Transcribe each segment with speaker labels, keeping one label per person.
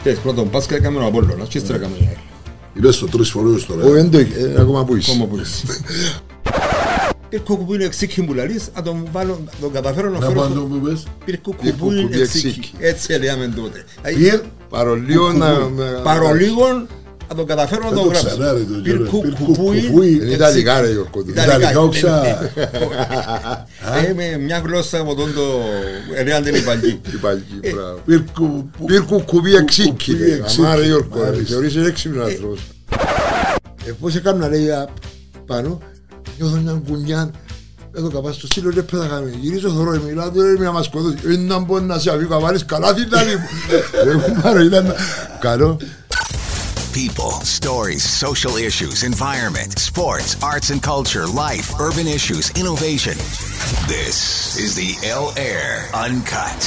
Speaker 1: Ξέρεις, πρώτον Πάσχα έκαμε ο Απόλλωνας και ύστερα έκαμε η ΑΕΚ.
Speaker 2: Είπες το τρεις φορές τώρα.
Speaker 3: Όχι, δεν το είναι ακόμα που είσαι.
Speaker 1: Κόμμα που είσαι. Πήρκο που είναι εξήκη μου λαλείς, να τον βάλω, να τον καταφέρω να
Speaker 2: Να
Speaker 1: φέρω
Speaker 2: πάνε το
Speaker 1: στο...
Speaker 2: που πες.
Speaker 1: Πήρκο που
Speaker 3: Πυρκουκουμπού
Speaker 1: είναι εξήκη.
Speaker 3: εξήκη.
Speaker 1: Έτσι έλεγαμε τότε.
Speaker 3: Πυρ, παρολίγο να... να- Ε,
Speaker 1: Παρολίγο να τον καταφέρω να
Speaker 2: Δεν
Speaker 1: τον
Speaker 2: Ε, το
Speaker 1: γράψω.
Speaker 2: ξανά, ρε, το
Speaker 1: Πυρκου
Speaker 2: Γιώργο.
Speaker 1: κουπούι,
Speaker 2: Πυρκουκουμπούι,
Speaker 3: Είναι
Speaker 1: εξήκη.
Speaker 3: Ιταλικά ρε Γιώργο του.
Speaker 1: Ιταλικά,
Speaker 2: Ιταλικά όξα.
Speaker 1: ναι, ναι. Ε, με μια γλώσσα από τον το... Εάν δεν υπάρχει.
Speaker 3: Η παλική, μπράβο.
Speaker 2: Πύρκου που-
Speaker 3: Πυρ κουκουμπί εξήκη.
Speaker 2: κουκουμπί
Speaker 3: ρε.
Speaker 2: εξήκη,
Speaker 3: Αμάρε Γιώργο, ρε.
Speaker 2: μάλιστα.
Speaker 3: θεωρείς έξυπνο άνθρωπος. Ε, Πώς έκανα λέει α, πάνω, νιώθω έναν κουνιάν, εδώ καπάς στο στήλο, ρε πέταγαμε, γυρίζω θωρώ, ε, μιλάω, του, ρε μια μας σκοτώσει, Ε, να μπορεί να σε αφήσω, καβάλεις καλά την άλλη μου. Ρε κουμπάρο, ήταν καλό.
Speaker 4: People, stories, social issues, environment, sports, arts and culture, life, urban issues, innovation. This is the L Air Uncut.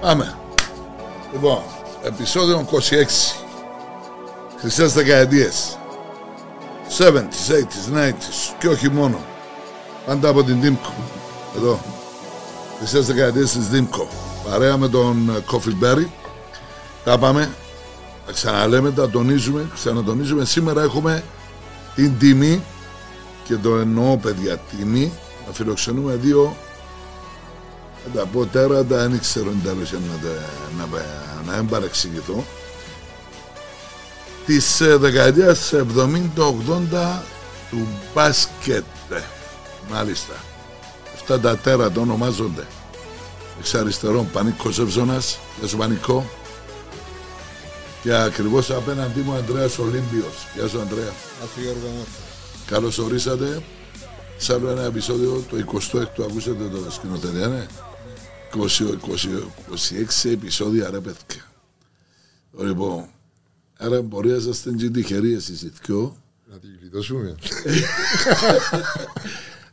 Speaker 2: Πάμε. Λοιπόν, επεισόδιο 26. Χρυσές δεκαετίες. 70s, 80s, 90s και όχι μόνο. Πάντα από την Δήμκο. Εδώ. Χρυσές δεκαετίες της Δήμκο. Παρέα με τον ε, Coffee Berry. Τα πάμε. Τα ξαναλέμε, τα τονίζουμε, ξανατονίζουμε. Σήμερα έχουμε την τιμή και το εννοώ παιδιά τιμή να φιλοξενούμε δύο θα τα πω τέρατα, δεν ξέρω αν τα λόγια να, τα, να, πα- να μην παρεξηγηθώ. Της ε, δεκαετίας 70-80 του μπάσκετ. Μάλιστα. Αυτά τα τέρατα ονομάζονται. Εξ αριστερών Πανίκος Ευζώνας, για σου Πανικό. Και ακριβώς απέναντί μου ο Ανδρέας Ολύμπιος. Γεια σου Ανδρέα.
Speaker 1: Ας του Γιώργο Μόρφα.
Speaker 2: Καλώς ορίσατε σε άλλο ένα επεισόδιο, το 26ο ακούσατε το σκηνοθετία, ναι. 20, 20, 26 επεισόδια ρε παιδιά. Λοιπόν, άρα μπορεί να είστε και τυχεροί εσείς οι δυο.
Speaker 3: Να την γλιτώσουμε.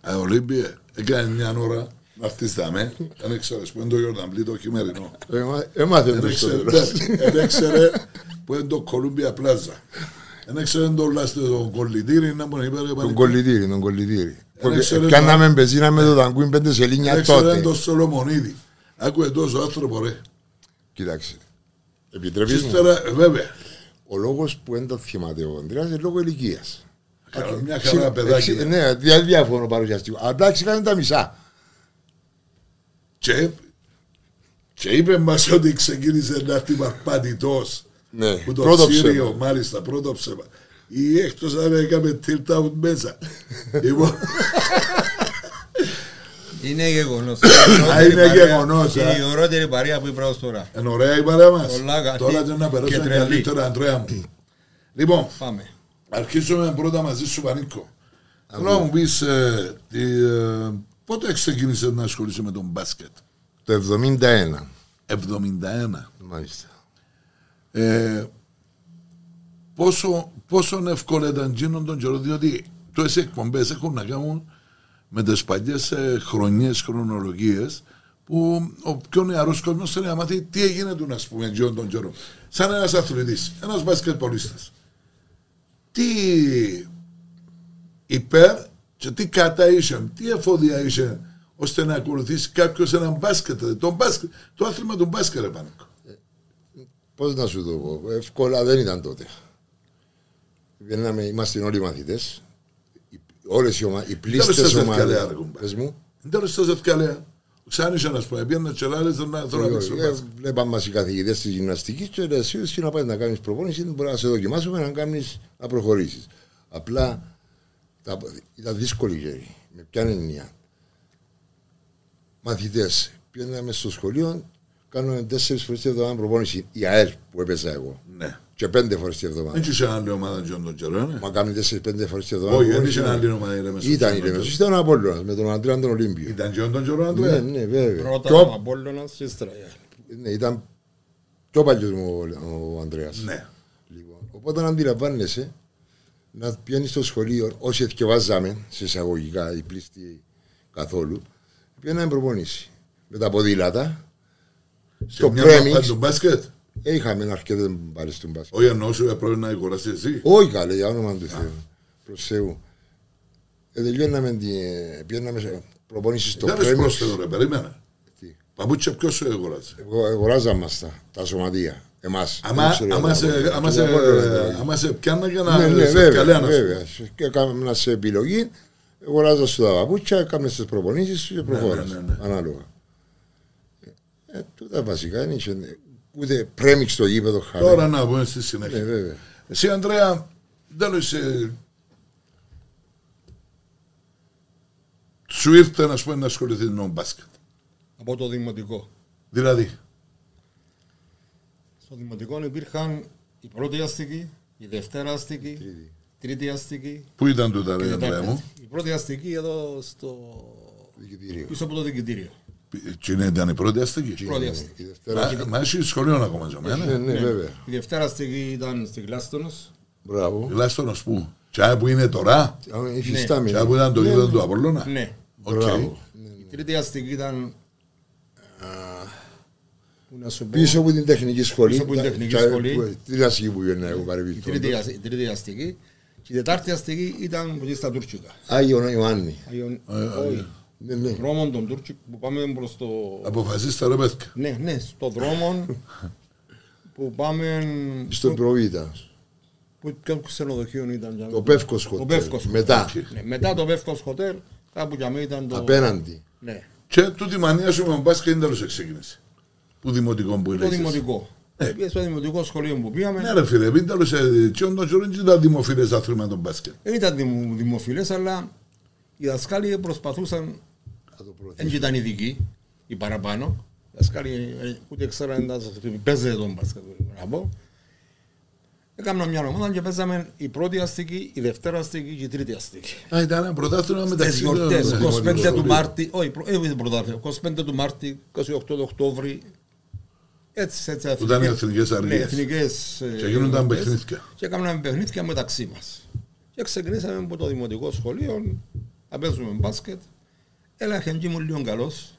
Speaker 2: Ε, Ολύμπιε, έκανε μια ώρα να έρθεις τα με. Δεν ήξερες που είναι το Jordan Blue το χειμερινό.
Speaker 3: Έμα- Έμαθε το
Speaker 2: Δεν ήξερε-
Speaker 3: ιστορικό.
Speaker 2: Δεν ήξερε που είναι το Columbia Plaza. Δεν ήξερε το λάστιο, το κολλητήρι, να μπορεί να
Speaker 3: Τον
Speaker 2: υπέρ
Speaker 3: κολλητήρι, τον κολλητήρι.
Speaker 2: ξέρω
Speaker 3: Που-
Speaker 2: να-
Speaker 3: Κάναμε πεζίνα με το ταγκούιν πέντε σελίνια
Speaker 2: Έξερε
Speaker 3: τότε.
Speaker 2: το Σολομονίδη. Άκουε τόσο άνθρωπο ρε.
Speaker 3: Κοιτάξτε.
Speaker 2: Και
Speaker 3: Επιτρεπείς μου.
Speaker 2: Ύστερα, ε, βέβαια,
Speaker 3: Ο λόγος που δεν το θυμάται ο Ανδρέας είναι λόγω ηλικίας.
Speaker 2: καλά, μια χαρά παιδάκι.
Speaker 3: Εξι- Ναι, δια- διαφωνώ παρουσιαστικό. Απλά ξήκαμε τα μισά.
Speaker 2: Και, και είπε μας ότι ξεκίνησε να έρθει παρπατητός.
Speaker 3: Ναι,
Speaker 2: Που το
Speaker 3: πρώτο
Speaker 2: ψήριο,
Speaker 3: ψέμα.
Speaker 2: μάλιστα, πρώτο ψέμα. Ή έκτος αν έκαμε tilt out μέσα. Λοιπόν,
Speaker 1: Είναι γεγονός.
Speaker 2: Α, είναι γεγονός, ε.
Speaker 1: Είναι
Speaker 2: α.
Speaker 1: η ωραιότερη παρέα που είπα ως τώρα.
Speaker 2: είναι ωραία η παρέα μας.
Speaker 1: Πολλά καλή
Speaker 2: Τώρα δεν να
Speaker 1: και
Speaker 2: περάσω
Speaker 1: τρελή.
Speaker 2: καλύτερα, Αντρέα μου. Λοιπόν,
Speaker 1: Πάμε.
Speaker 2: αρχίσουμε πρώτα μαζί σου, Πανίκο. Θέλω να μου πεις, ε, τι, ε, πότε ξεκίνησες να ασχολείσαι με τον μπάσκετ.
Speaker 3: Το 71.
Speaker 2: 71.
Speaker 3: Μάλιστα.
Speaker 2: ε, πόσο, πόσο εύκολα ήταν γίνον τον καιρό, διότι τόσες εκπομπές έχουν να κάνουν με τις παλιές ε, χρονιές, χρονολογίες, που ο πιο νεαρός κόσμος θέλει να μάθει τι έγινε του, ας πούμε, γίνον τον καιρό. Σαν ένας αθλητής, ένας μπασκετπολίστας. Τι υπέρ και τι κατά είσαι, τι εφόδια είσαι, ώστε να ακολουθήσει κάποιος έναν μπάσκετ, το, μπάσκετ, το άθλημα του μπάσκετ, ρε Πανίκο.
Speaker 3: Πώς να σου το πω. Εύκολα δεν ήταν τότε. Βγαίναμε, είμαστε όλοι μαθητές. Οι- Όλες οι, ομα... οι πλήστες
Speaker 2: στα
Speaker 3: ομάδες.
Speaker 2: δευτεριά, ρε κουμπά.
Speaker 3: Πες μου.
Speaker 2: Δεν τώρα στα ζευκαλέα. Ξάνησε να σου πει, πήγαινε τσελάλε να
Speaker 3: Ε,
Speaker 2: θωράξει.
Speaker 3: Βλέπαν μας οι καθηγητές της γυμναστικής και λες εσύ να πάεις να κάνεις προπόνηση, μπορείς να σε δοκιμάσουμε να κάνεις, να προχωρήσεις. Απλά τα- ήταν δύσκολη γέρη. Με ποια έννοια. Μαθητές, πήγαμε στο σχολείο, κάναμε τέσσερις φορές τη εβδομάδα προπόνηση. Η ΑΕΡ που έπαιζα εγώ.
Speaker 2: Ναι.
Speaker 3: Και πέντε φορές τη
Speaker 2: Δεν
Speaker 3: εβδομάδα.
Speaker 2: είχε άλλη ομάδα Τζον τον καιρό, ναι.
Speaker 3: Μα κάνουμε τέσσερις-πέντε φορές τη εβδομάδα.
Speaker 2: Όχι, δεν
Speaker 3: προπόνηση.
Speaker 2: είχε άλλη ομάδα η Ρέμεσος.
Speaker 3: Ήταν η Ρεμεσός, ήταν ο Απόλλωνας με τον Αντρέα τον Ολύμπιο.
Speaker 2: Ήταν Τζον τον καιρό,
Speaker 3: Ναι,
Speaker 2: ναι.
Speaker 3: ναι, βέβαια.
Speaker 1: Πρώτα
Speaker 3: Πιο-
Speaker 1: ο Απόλλωνας και ύστερα. η ΑΕΚ.
Speaker 3: ναι, ήταν πιο παλιός μου ο, ο Ανδρέας.
Speaker 2: Ναι.
Speaker 3: Λοιπόν, οπότε να αντιλαμβάνεσαι να πιάνεις στο σχολείο όσοι εθιεβάζαμε, σε εισαγωγικά οι πλήστοι καθόλου, πιάνει να προπονήσει. Με τα ποδήλατα
Speaker 2: Στο
Speaker 3: Στο
Speaker 2: πρέμι.
Speaker 3: πρέμι.
Speaker 2: Στο μπάσκετ.
Speaker 3: ε, είχαμε αρκετέ μπάρε του μπάσκετ.
Speaker 2: Όχι ενώ σου έπρεπε να αγοράσεις εσύ.
Speaker 3: Όχι καλέ, για όνομα του Θεού. Προς Θεού. Ε, τελειώναμε την. Πιάναμε προπονήσεις στο
Speaker 2: Δεν
Speaker 3: πρέμι.
Speaker 2: e πρόσθετο ρε, περίμενα.
Speaker 3: Τι.
Speaker 2: Παπούτσια ποιος σου αγοράζει.
Speaker 3: Εγοράζαμε τα, τα σωματεία. Εμάς.
Speaker 2: Άμα-
Speaker 3: Εμείς, ρε,
Speaker 2: άμα
Speaker 3: τα
Speaker 2: σε-
Speaker 3: αγοράζαμε.
Speaker 2: άμα σε-
Speaker 3: Τα αγοράζαμε.
Speaker 2: Άμα σε πιάνα για
Speaker 3: Ναι,
Speaker 2: να
Speaker 3: ναι,
Speaker 2: ε, σε
Speaker 3: βέβαια,
Speaker 2: καλέ ανάσα.
Speaker 3: βέβαια. Και έκανα σε επιλογή, αγοράζα σου τα παπούτσια, έκανα τις προπονήσεις σου και προχώρας,
Speaker 2: ναι, ναι.
Speaker 3: ανάλογα. Ε, τούτα βασικά δεν είχε ούτε πρέμιξ στο γήπεδο χάρη.
Speaker 2: Τώρα να πούμε στη
Speaker 3: Ναι,
Speaker 2: συνέχεια.
Speaker 3: βέβαια.
Speaker 2: Εσύ Ανδρέα, δεν είσαι... Σου ήρθε να πούμε να ασχοληθεί με τον μπάσκετ.
Speaker 1: Από το δημοτικό.
Speaker 2: Δηλαδή,
Speaker 1: Στο δημοτικό υπήρχαν η πρώτη αστική, η δευτέρα αστική, τρίτη, αστική
Speaker 2: πού ήταν τούτα,
Speaker 1: και
Speaker 2: ρε
Speaker 1: η
Speaker 2: Ανδρέα
Speaker 1: τετάρτη.
Speaker 2: μου.
Speaker 1: αστική. Η πρώτη αστική εδώ στο...
Speaker 3: Διοικητήριο.
Speaker 1: πίσω από το διοικητήριο.
Speaker 2: Τι Ε, είναι, ήταν η πρώτη αστική.
Speaker 1: Πρώτη αστική.
Speaker 3: Η δευτέρα.
Speaker 2: Μα- Μα έχει σχολείο ακόμα για μένα.
Speaker 3: Ναι, ναι, βέβαια.
Speaker 1: Η δευτέρα αστική ήταν στην Κλάστονος.
Speaker 3: Μπράβο.
Speaker 2: Τουλάχιστον που. Τσάι που είναι τώρα,
Speaker 3: Α, Η
Speaker 2: τσάι
Speaker 3: φυστάμινη.
Speaker 2: που ήταν το γήπεδο του Απόλλωνα.
Speaker 1: Ναι.
Speaker 2: Οκ.
Speaker 3: Μπράβο.
Speaker 1: Η τρίτη αστική ήταν... Πού να σου πω...
Speaker 3: Πίσω από την τεχνική σχολή.
Speaker 1: Πίσω από την
Speaker 3: τα-
Speaker 1: τεχνική
Speaker 3: τα-
Speaker 1: σχολή.
Speaker 3: που- Την ασκή που βγαίνει εγώ
Speaker 1: Η
Speaker 3: παρεμπιπτόντως.
Speaker 1: τρίτη, ασ- η τρίτη αστική. Και η τετάρτη αστική ήταν που στα Τούρκικα.
Speaker 3: Άγιον Ιωάννη.
Speaker 1: Αγιον-
Speaker 2: ε,
Speaker 1: όχι.
Speaker 2: ε.
Speaker 3: Ναι, ναι.
Speaker 1: Δρόμων των Τούρκικων που πάμε προς το...
Speaker 2: Αποφασίστε ρε παιδιά.
Speaker 1: Ναι, ναι, στο δρόμο που πάμε...
Speaker 3: Στον Προβίτα.
Speaker 1: Που, ποιο ξενοδοχείο ήταν. για-
Speaker 3: Το Πεύκος
Speaker 1: Το
Speaker 3: Hotel.
Speaker 1: Πεύκος Hotel.
Speaker 3: Μετά.
Speaker 1: Ναι, μετά το Πεύκος Hotel, κάπου για μένα ήταν το...
Speaker 3: Απέναντι.
Speaker 1: Ναι,
Speaker 2: Και τούτη μανία σου με τον μπάσκετ είναι τέλος εξήγηνες. Που δημοτικό που
Speaker 1: το
Speaker 2: έλεγες.
Speaker 1: δημοτικό.
Speaker 3: Ναι.
Speaker 1: Πήγες στο δημοτικό σχολείο που πήγαμε.
Speaker 2: Ναι ρε φίλε, μην ε, τέλος έτσι όντως δεν ήταν δημοφιλές αθλήμα τον μπάσκετ.
Speaker 1: Δεν ήταν δημο- δημοφιλές, αλλά οι δασκάλοι προσπαθούσαν,
Speaker 3: Θα το
Speaker 2: Ε,
Speaker 3: προωθήσω.
Speaker 1: δεν ήταν ειδικοί, οι παραπάνω. Οι δασκάλοι ε, ούτε ξέραν να σας πει, παίζετε τον μπάσκετ, να πω. Έκανα μια ομάδα και παίζαμε η πρώτη αστική, η δευτέρα αστική και η τρίτη αστική.
Speaker 2: Α, ήταν ένα πρωτάθλημα
Speaker 1: Τις
Speaker 2: μεταξύ των
Speaker 1: γιορτές,
Speaker 2: των
Speaker 1: 25 του
Speaker 2: δημοτικών.
Speaker 1: Μάρτη, όχι, προ- ε, όχι πρωτάθλημα, 25 του Μάρτη, 28 του Οκτώβρη, έτσι, έτσι.
Speaker 2: Που ήταν οι
Speaker 1: εθνικές-
Speaker 2: εθνικές
Speaker 1: ναι,
Speaker 2: αργίες.
Speaker 1: εθνικές, ε,
Speaker 2: Και γίνονταν
Speaker 1: γιορτές.
Speaker 2: παιχνίδια.
Speaker 1: Και έκαναμε παιχνίδια μεταξύ μας. Και ξεκινήσαμε από το δημοτικό σχολείο, να παίζουμε μπάσκετ. Έλα, χεντζί μου λίγο καλός.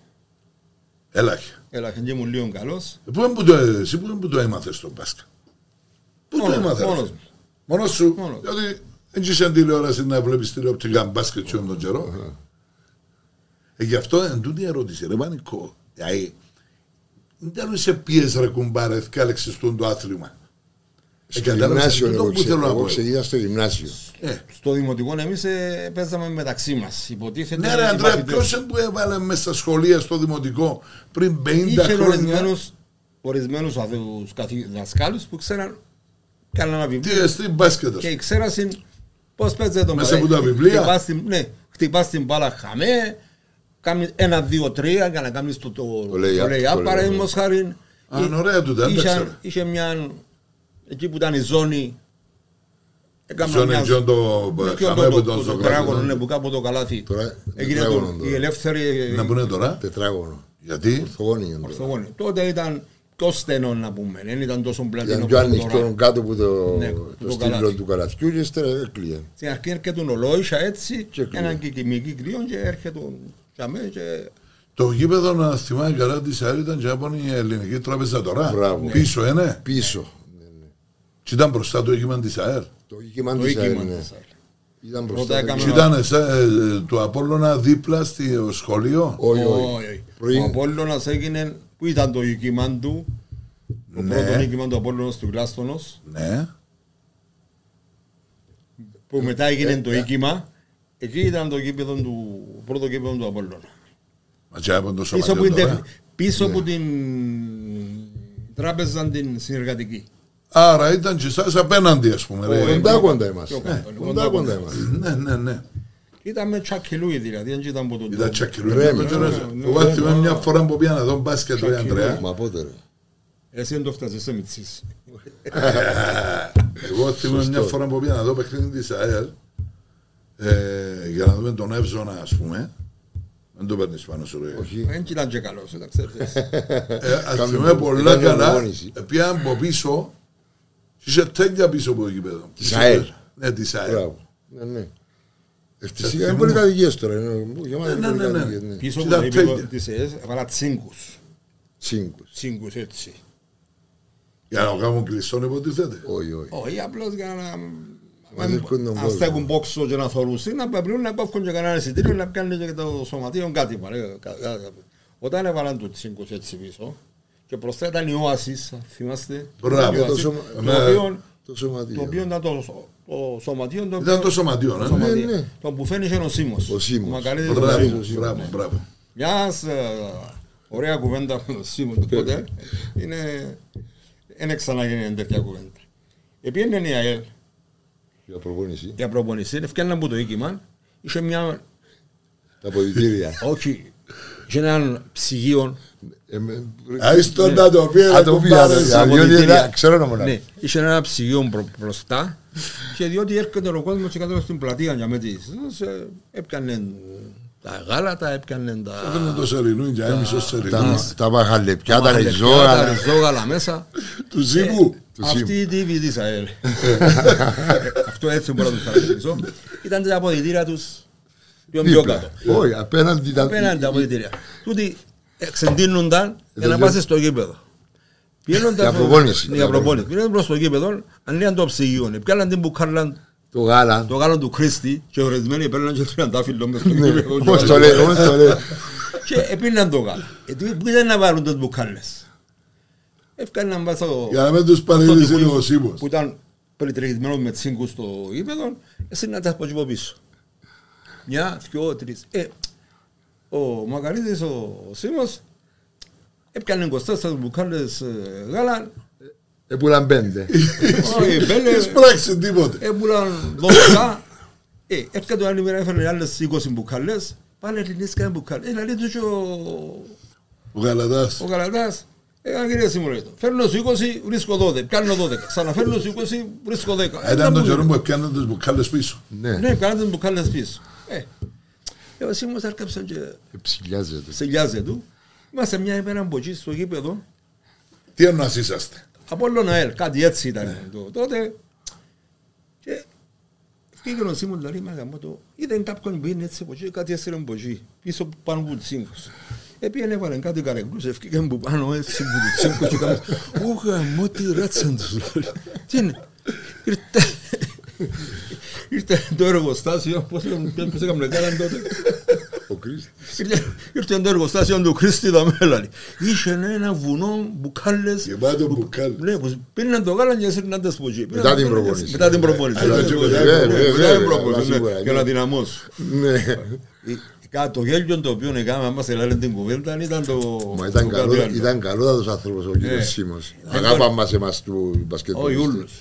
Speaker 2: Έλαχε.
Speaker 1: Έλα, χεντζί μου λίγο καλός.
Speaker 2: Ε, Πού είναι που το, εσύ πού είναι που το έμαθες τον μπάσκετ. Πού το
Speaker 1: Μόνος-
Speaker 2: έμαθες. ρε
Speaker 1: μόνος
Speaker 2: φίλε?
Speaker 1: μου.
Speaker 2: Μόνος σου.
Speaker 1: Μόνος.
Speaker 2: Διότι δεν είσαι τηλεόραση να βλέπεις τηλεοπτικά μπάσκετ και τον καιρό. Ε, Γι' αυτό εν τούτη ερώτηση. Ρε Μανικό. Δηλαδή, δεν τέλος σε πιες ρε κουμπάρα ευκάλεξες τον το άθλημα. Ε,
Speaker 3: Στο
Speaker 2: κατάλαβες,
Speaker 3: γυμνάσιο
Speaker 2: τούτο
Speaker 3: εγώ
Speaker 2: που θέλω
Speaker 3: ξέρω.
Speaker 2: να
Speaker 3: Εγώ
Speaker 2: πω.
Speaker 3: ξεκίνησα στο γυμνάσιο.
Speaker 2: Ε,
Speaker 1: Στο δημοτικό εμείς ε, παίζαμε μεταξύ μας. Υποτίθεται
Speaker 2: Ναι, ρε
Speaker 1: οι
Speaker 2: Αντρέα,
Speaker 1: Δηλαδή, μαθητές-
Speaker 2: ποιος που έβαλε μέσα στα σχολεία στο δημοτικό πριν 50
Speaker 1: Είχε
Speaker 2: χρόνια.
Speaker 1: ορισμένους, ορισμένους αδελφούς καθη- δασκάλους που ξέραν καλά ένα
Speaker 2: Τι
Speaker 1: βιβλίο
Speaker 2: εστί μπάσκετ. ας
Speaker 1: και
Speaker 2: πούμε.
Speaker 1: ξέρασαν πώς παίζεται το
Speaker 2: Μέσα
Speaker 1: μπαλάκι.
Speaker 2: από τα βιβλία.
Speaker 1: Χτυπάς την, ναι, χτυπάς την μπάλα χαμέ, κάνεις ένα, δύο, τρία για να κάνεις το, το, το
Speaker 3: lay-up,
Speaker 1: lay-up,
Speaker 3: το lay-up,
Speaker 1: παραδείγματος χάρη.
Speaker 2: ναι. Α, είναι ωραία τούτα, δεν τα
Speaker 1: Είχε-
Speaker 2: ξέρω.
Speaker 1: Είχε μια, εκεί που ήταν η ζώνη, έκανα
Speaker 2: Ζώνη,
Speaker 1: μια-
Speaker 2: τζον το-
Speaker 1: Ναι,
Speaker 2: χαμέ
Speaker 1: το-
Speaker 2: που
Speaker 1: το-
Speaker 2: τον
Speaker 1: το- το
Speaker 2: Σοκράτη,
Speaker 1: τράγωνο,
Speaker 2: ναι.
Speaker 1: ναι, που κάπου το καλάθι.
Speaker 3: Τώρα,
Speaker 1: Έγινε
Speaker 3: το
Speaker 1: το-
Speaker 3: τράγωνο τώρα.
Speaker 1: η ελεύθερη
Speaker 2: Να πούνε Ναι, τώρα.
Speaker 3: Τετράγωνο.
Speaker 2: Γιατί.
Speaker 3: Ορθογώνιο. τώρα.
Speaker 1: Ορθογώνιο. Τότε ήταν πιο στενό να πούμε, δεν ήταν τόσο μπλατινό.
Speaker 3: Ήταν πιο
Speaker 1: όπως τώρα.
Speaker 3: ανοιχτό κάτω από το,
Speaker 1: Ναι,
Speaker 3: το
Speaker 1: το
Speaker 3: στήλο
Speaker 1: καλάθι.
Speaker 3: του καλαθιού και ύστερα έκλειε.
Speaker 1: Στην αρχή έρχεται ο Λόισα έτσι,
Speaker 3: Και κλείνει.
Speaker 1: έναν κυκιμική κρύο και έρχεται για μέ και
Speaker 2: Το γήπεδο, να θυμάμαι καλά, τη ΑΕΛ ήταν και από η Ελληνική Τράπεζα τώρα.
Speaker 3: Μπράβο. Ναι.
Speaker 2: Πίσω, ε, ναι.
Speaker 3: Πίσω. ναι.
Speaker 2: Και ήταν μπροστά το γήπεδο της ΑΕΛ.
Speaker 3: Το γήμα
Speaker 1: το
Speaker 3: της
Speaker 1: οίκημα
Speaker 3: Αέρνε.
Speaker 1: της.
Speaker 3: Ήταν
Speaker 1: Πρώτα
Speaker 3: μπροστά.
Speaker 1: έκαμε-
Speaker 2: Και ήταν ε, ε, ε, του Απόλλωνα δίπλα στο σχολείο.
Speaker 3: Όχι,
Speaker 1: Ο-
Speaker 3: όχι.
Speaker 1: Ο
Speaker 3: Πριν
Speaker 1: Απόλλωνας έγινε, που ήταν το οίκημα του, το
Speaker 2: Ναι.
Speaker 1: πρώτο οίκημα του Απόλλωνος του Κλάστονος,
Speaker 2: Ναι.
Speaker 1: που μετά
Speaker 3: Ε,
Speaker 1: έγινε το οίκημα, εκεί ήταν το γήπεδο του, πρώτο γήπεδο του Απόλλωνα.
Speaker 2: Μα και από το ε.
Speaker 1: Πίσω από
Speaker 2: σωματείο
Speaker 1: την,
Speaker 2: τώρα.
Speaker 1: τεχνη- πίσω
Speaker 3: Ναι.
Speaker 1: από την τράπεζα την συνεργατική.
Speaker 2: Άρα ήταν και εσάς απέναντι, ας πούμε. ρε.
Speaker 3: κοντά είμαστε.
Speaker 1: Πιο κοντά,
Speaker 3: Ναι,
Speaker 1: λίγο
Speaker 3: Κοντά
Speaker 1: κοντά
Speaker 3: κοντά είμαστε.
Speaker 2: Ναι, ναι, ναι.
Speaker 1: Ήταν με τσακιλούι δηλαδή, δεν ήταν από τον
Speaker 2: Ήταν
Speaker 1: τρόπο.
Speaker 2: τσακυρούγια.
Speaker 3: Ρε,
Speaker 2: Εγώ
Speaker 3: ναι,
Speaker 2: θυμάμαι μια φορά που πήγα να δω μπάσκετ, ρε Ανδρέα.
Speaker 3: Μα πότε ρε.
Speaker 1: Εσύ δεν το φτάσεις, είσαι μητσής.
Speaker 2: Εγώ θυμάμαι μια φορά που πήγα να δω παιχνίδι της ΑΕΛ ε, για να δούμε τον Εύζωνα, ας πούμε. Δεν το παίρνεις πάνω σου, ρε.
Speaker 3: Όχι.
Speaker 1: Δεν ήταν και καλός, ήταν ξέρεις.
Speaker 2: Ε, ας
Speaker 3: Κάμε
Speaker 2: θυμάμαι
Speaker 3: πο-
Speaker 2: πολλά
Speaker 3: ήταν
Speaker 2: καλά.
Speaker 3: ομόνηση.
Speaker 2: ε, Πήγα από πίσω και είχε τέλεια πίσω από το γήπεδο.
Speaker 3: Της ΑΕΛ.
Speaker 2: Ναι, της ΑΕΛ.
Speaker 3: Μπράβο. Ναι, ναι. Ε,
Speaker 2: θυμούμαι.
Speaker 3: Ευτυχία είναι πολύ κατοικίες τώρα. είναι
Speaker 2: Ναι,
Speaker 3: γεμάτα
Speaker 2: ναι, ναι, ναι.
Speaker 3: πολυκατοικίες, ναι.
Speaker 1: Πίσω από
Speaker 2: Ήταν
Speaker 1: το επίπεδο
Speaker 2: τέλεια.
Speaker 1: της ΕΕΣ έβαλα τσίγκους.
Speaker 3: Τσίγκους.
Speaker 1: Τσίγκους έτσι.
Speaker 2: Για να κάνουν κλειστόν υποτιθέται.
Speaker 3: Όχι, όχι.
Speaker 1: Όχι, απλώς για να...
Speaker 3: Μας έρχονται τον
Speaker 1: Αν
Speaker 3: κόσμο.
Speaker 1: στέκουν πόξο και να θωρούσουν, να παπλούν, να πέφτουν και κανένα εισιτήριο, να πιάνουν και το σωματείο κάτι. παρέ, κα- κα- Όταν έβαλαν του τσίγκους έτσι πίσω και μπροστά ήταν η Oasis, αν θυμάστε.
Speaker 2: Μπράβο,
Speaker 1: η Oasis,
Speaker 2: το
Speaker 3: σωμα-
Speaker 1: το οποίο- Το
Speaker 3: Το
Speaker 1: οποίο
Speaker 3: σωματείο.
Speaker 1: ήταν το, το σωματείο. Το
Speaker 2: Ήταν
Speaker 1: οποίο-
Speaker 2: το σωματείο,
Speaker 1: το
Speaker 2: ναι.
Speaker 1: σωματείο.
Speaker 3: Ναι, ναι.
Speaker 1: Το δηλαδή, που φαίνεται ο Σίμος.
Speaker 3: Ο Σίμος.
Speaker 1: Μακαρίδης ο
Speaker 2: Ε, Μπράβο,
Speaker 1: Σίμος.
Speaker 2: μπράβο, μπράβο.
Speaker 1: Μιας ε, ωραία κουβέντα με τον Σίμος τότε είναι. Δεν ξαναγίνει τέτοια κουβέντα. Επίενε η ΑΕΛ
Speaker 3: Για προπόνηση.
Speaker 1: για προπονησή, έφτιανα από το οίκημα, είχε μια.
Speaker 3: Τα αποδητήρια.
Speaker 1: Όχι, είχε έναν ψυγείο.
Speaker 3: Ε, με-
Speaker 2: Αριστον να το πει,
Speaker 3: Α,
Speaker 2: να το
Speaker 3: το
Speaker 2: πει.
Speaker 3: πει,
Speaker 2: άρεσε.
Speaker 3: άρεσε.
Speaker 1: από
Speaker 3: διότι
Speaker 1: την
Speaker 3: είναι-
Speaker 1: Τύρια.
Speaker 3: ξέρω να μου
Speaker 1: Ναι,
Speaker 3: λέει.
Speaker 1: είχε ένα ψυγείο μπρο- μπροστά και διότι έρχεται ο κόσμος και κάτω στην πλατεία για με τις, ε, Έπιανε τα γάλατα, έπιανε
Speaker 2: Έφερνε το σερινού, για έμισο σερινού.
Speaker 3: Τα- Τα παχαλεπιά, τα
Speaker 1: μαλεπιά, Ναι. τα Ε,
Speaker 3: ριζόγα.
Speaker 1: ριζόγαλα μέσα.
Speaker 2: Του Ζήκου.
Speaker 3: Ε, του Σίμου.
Speaker 1: Αυτή η τύπη της ΑΕΛ. Αυτό έτσι μπορώ να τους χαρακτηρίσω. Ήταν τα αποδητήρια τους πιο πιο κάτω.
Speaker 3: Δίπλα. Όχι, απέναντι ήταν.
Speaker 1: Απέναντι τα αποδητήρια. Τούτοι εξεντύνονταν για να
Speaker 3: τελειώ-
Speaker 1: πάσει στο γήπεδο. Πηγαίνοντας-
Speaker 3: Για προπόνηση.
Speaker 1: Ναι, Για προπόνηση. Πήγαιναν προς το γήπεδο, ανοίγαν το ψυγείο. Πιάναν την μπουκάρλα,
Speaker 3: Το γάλα.
Speaker 1: το γάλα του Κρίστη και ορισμένοι παίρναν και τριαντάφυλλο μες στο γήπεδο.
Speaker 3: Ναι. Πώς το λέει, πώς το λέει.
Speaker 1: Και επίναν το γάλα. Ε, τι- Πού ήταν να βάλουν τις μπουκάλες. Έφκαναν μέσα το...
Speaker 2: Για να μην τους
Speaker 1: αυτό το
Speaker 2: παρελείσει
Speaker 1: που-
Speaker 2: ο Σίμος.
Speaker 1: Που ήταν περιτριγισμένο με τσίγκους στο γήπεδο, εσύ να τα πω πίσω. Μια, δυο, τρεις. Ε, ο Μακαρίδης, ο Σίμος, έπιανε 24 μπουκάλες ε, γάλα, Ε,
Speaker 3: Έπουλαν πέντε.
Speaker 1: όχι,
Speaker 2: Ε, Δεν
Speaker 1: μπέλε,
Speaker 2: σπράξει τίποτε.
Speaker 1: έμπουλαν 12. Ε, έρχεται άλλη μέρα, έφερε άλλες 20 μπουκάλες, πάλι ελληνίες κανένα μπουκάλες. Ε, λέει τους και ο-
Speaker 2: Ο Γαλατάς.
Speaker 1: ο Ε, Καλατάς, έκανε κυρία Σιμουρέτο. Φέρνω στους 20, βρίσκω 12. Πιάνω 12. Ξαναφέρνω στους 20, βρίσκω 10.
Speaker 2: Ε, Ήταν τον
Speaker 1: μου
Speaker 2: καιρό που έπιαναν τις μπουκάλες πίσω.
Speaker 3: Ναι,
Speaker 1: Ναι, κάνατε μου κάλες πίσω. Ε, ε, ο Σίμος άρκαψε και
Speaker 3: Ε, ψηλιάζεται.
Speaker 1: σε λιάζε του. Είμαστε μια ημέρα από εκεί στο γήπεδο.
Speaker 2: Τι εννοάς είσαστε.
Speaker 1: Από όλο ΑΕΛ, κάτι έτσι ήταν το, τότε. Και βγήκε ο Σίμος, λέει, μα γαμώ δηλαδή, το. Είδε κάποιον που είναι έτσι από εκεί, κάτι έσυρε από εκεί, πίσω πάνω από τους σύγκρους. Επίεν έβαλε κάτι καρεγκλούς, ευκήκαν που πάνω έτσι από τους σύγκρους και ε, κάμε, «Ου, γαμώ τι ράτσαν τους», λέει. Τι είναι, ήρθε... Ήρθε το εργοστάσιο, πώς λέγαμε, πώς έκαμε κάναν τότε.
Speaker 3: Ο Κρίστης.
Speaker 1: Ήρθε- Ήρθε το εργοστάσιο του Χρήστη τα μέλαλη. Είχε ένα βουνό μπουκάλες.
Speaker 2: Γεμάτο μπουκάλες.
Speaker 1: Ναι, που πήρναν το γάλα και έσυρναν τα σπογγί.
Speaker 3: Μετά την προπόνηση.
Speaker 1: Μετά την προπόνηση.
Speaker 2: Αλλά
Speaker 1: Μετά
Speaker 2: και
Speaker 1: την
Speaker 2: μετά-
Speaker 1: προπόνηση.
Speaker 2: βέβαια,
Speaker 1: Μετά την
Speaker 3: βέβαια,
Speaker 1: προπόνηση.
Speaker 3: σίγουρα,
Speaker 1: ναι,
Speaker 3: ναι.
Speaker 1: Και να δυναμώσει.
Speaker 3: Ναι.
Speaker 1: Κα- Το γέλιο το οποίο έκανα μας ελάλε την κουβέντα ήταν το...
Speaker 3: Μα ήταν
Speaker 1: το κάτι
Speaker 3: καλό,
Speaker 1: άλλο.
Speaker 3: ήταν καλότατος άνθρωπος ο
Speaker 1: Ναι. λοιπόν-
Speaker 3: κύριος Σίμος.
Speaker 1: Δεν
Speaker 3: Αγάπα
Speaker 1: τον-
Speaker 3: μας εμάς του
Speaker 1: Ο
Speaker 3: μπασκετμπολίστες.
Speaker 1: Ιούλος.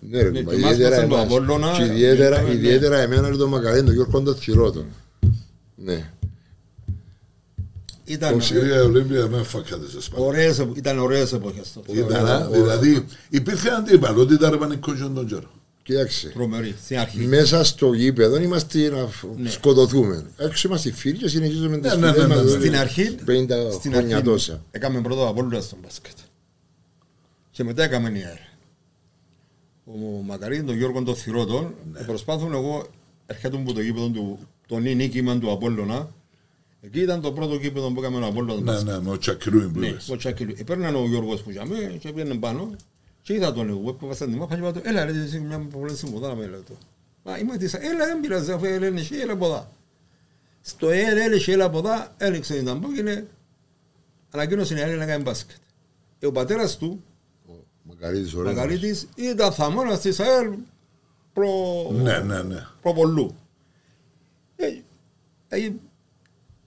Speaker 3: Ναι, ρε,
Speaker 1: Ναι,
Speaker 3: μα
Speaker 1: και εμάς
Speaker 3: ιδιαίτερα
Speaker 1: μας τον
Speaker 3: εμάς.
Speaker 1: Απόλλωνα,
Speaker 3: Και ιδιαίτερα,
Speaker 1: ναι.
Speaker 3: ιδιαίτερα εμένα και τον Μακαρέν, τον Γιώργο τον Θηρότον. Ναι.
Speaker 1: Ήταν
Speaker 2: Ο Συρία Ολύμπια με φάκατε σε σπάτη.
Speaker 1: ωραίες επο- Ήταν ωραίες εποχές τότε.
Speaker 2: Ήταν, δηλαδή, υπήρχε αντίπαλότητα ρε πανικόγιον τον καιρό.
Speaker 3: Κοίταξε.
Speaker 1: Τρομερή. Στην αρχή.
Speaker 3: Μέσα στο γήπεδο είμαστε να φ-
Speaker 1: Ναι.
Speaker 3: σκοτωθούμε. Έξω είμαστε φίλοι και συνεχίζουμε τις
Speaker 2: Ναι, ναι,
Speaker 3: φιλές
Speaker 2: ναι,
Speaker 3: μας.
Speaker 2: ναι, ναι.
Speaker 3: δηλαδή,
Speaker 1: Στην αρχή,
Speaker 3: 50
Speaker 1: στην
Speaker 3: χρόνια
Speaker 1: αρχή
Speaker 3: τόσα.
Speaker 1: έκαμε πρώτο από όλα στον μπάσκετ. Και μετά έκαμε η ΑΕΡ. Ο Μακαρίδη, τον Γιώργο τον Θηρότο, προσπάθουν εγώ, έρχεται από το γήπεδο του, το νη νίκημα του Απόλλωνα. Εκεί ήταν το πρώτο γήπεδο που έκαμε ο Απόλλωνα.
Speaker 2: Ναι, ναι, με ο Τσακρούιν που
Speaker 1: Ναι,
Speaker 2: είπες.
Speaker 1: ο Τσακίλου. Επέρναν ο Γιώργος που γιαμε και πήγαινε πάνω και είδα τον εγώ που έβασα την μάπα και είπα του, έλα ρε εσύ μια προπολέση μου, δάνα με έλα του. Μα είμαι της, έλα δεν πειράζει αφού έλεγε και έλα από εδώ. Στο έλα έλεγε έλα από εδώ, έλεξε την ταμπό και είναι ανακοίνωσε η άλλη να κάνει μπάσκετ. Ε, ο πατέρας του,
Speaker 3: Ο Μακαρίτης
Speaker 1: ο
Speaker 3: ωραίος.
Speaker 1: Μακαρίτης, ήταν θαμώνας της ΑΕΛ προ...
Speaker 2: Ναι, ναι, ναι.
Speaker 1: προπολού. Ε, ε,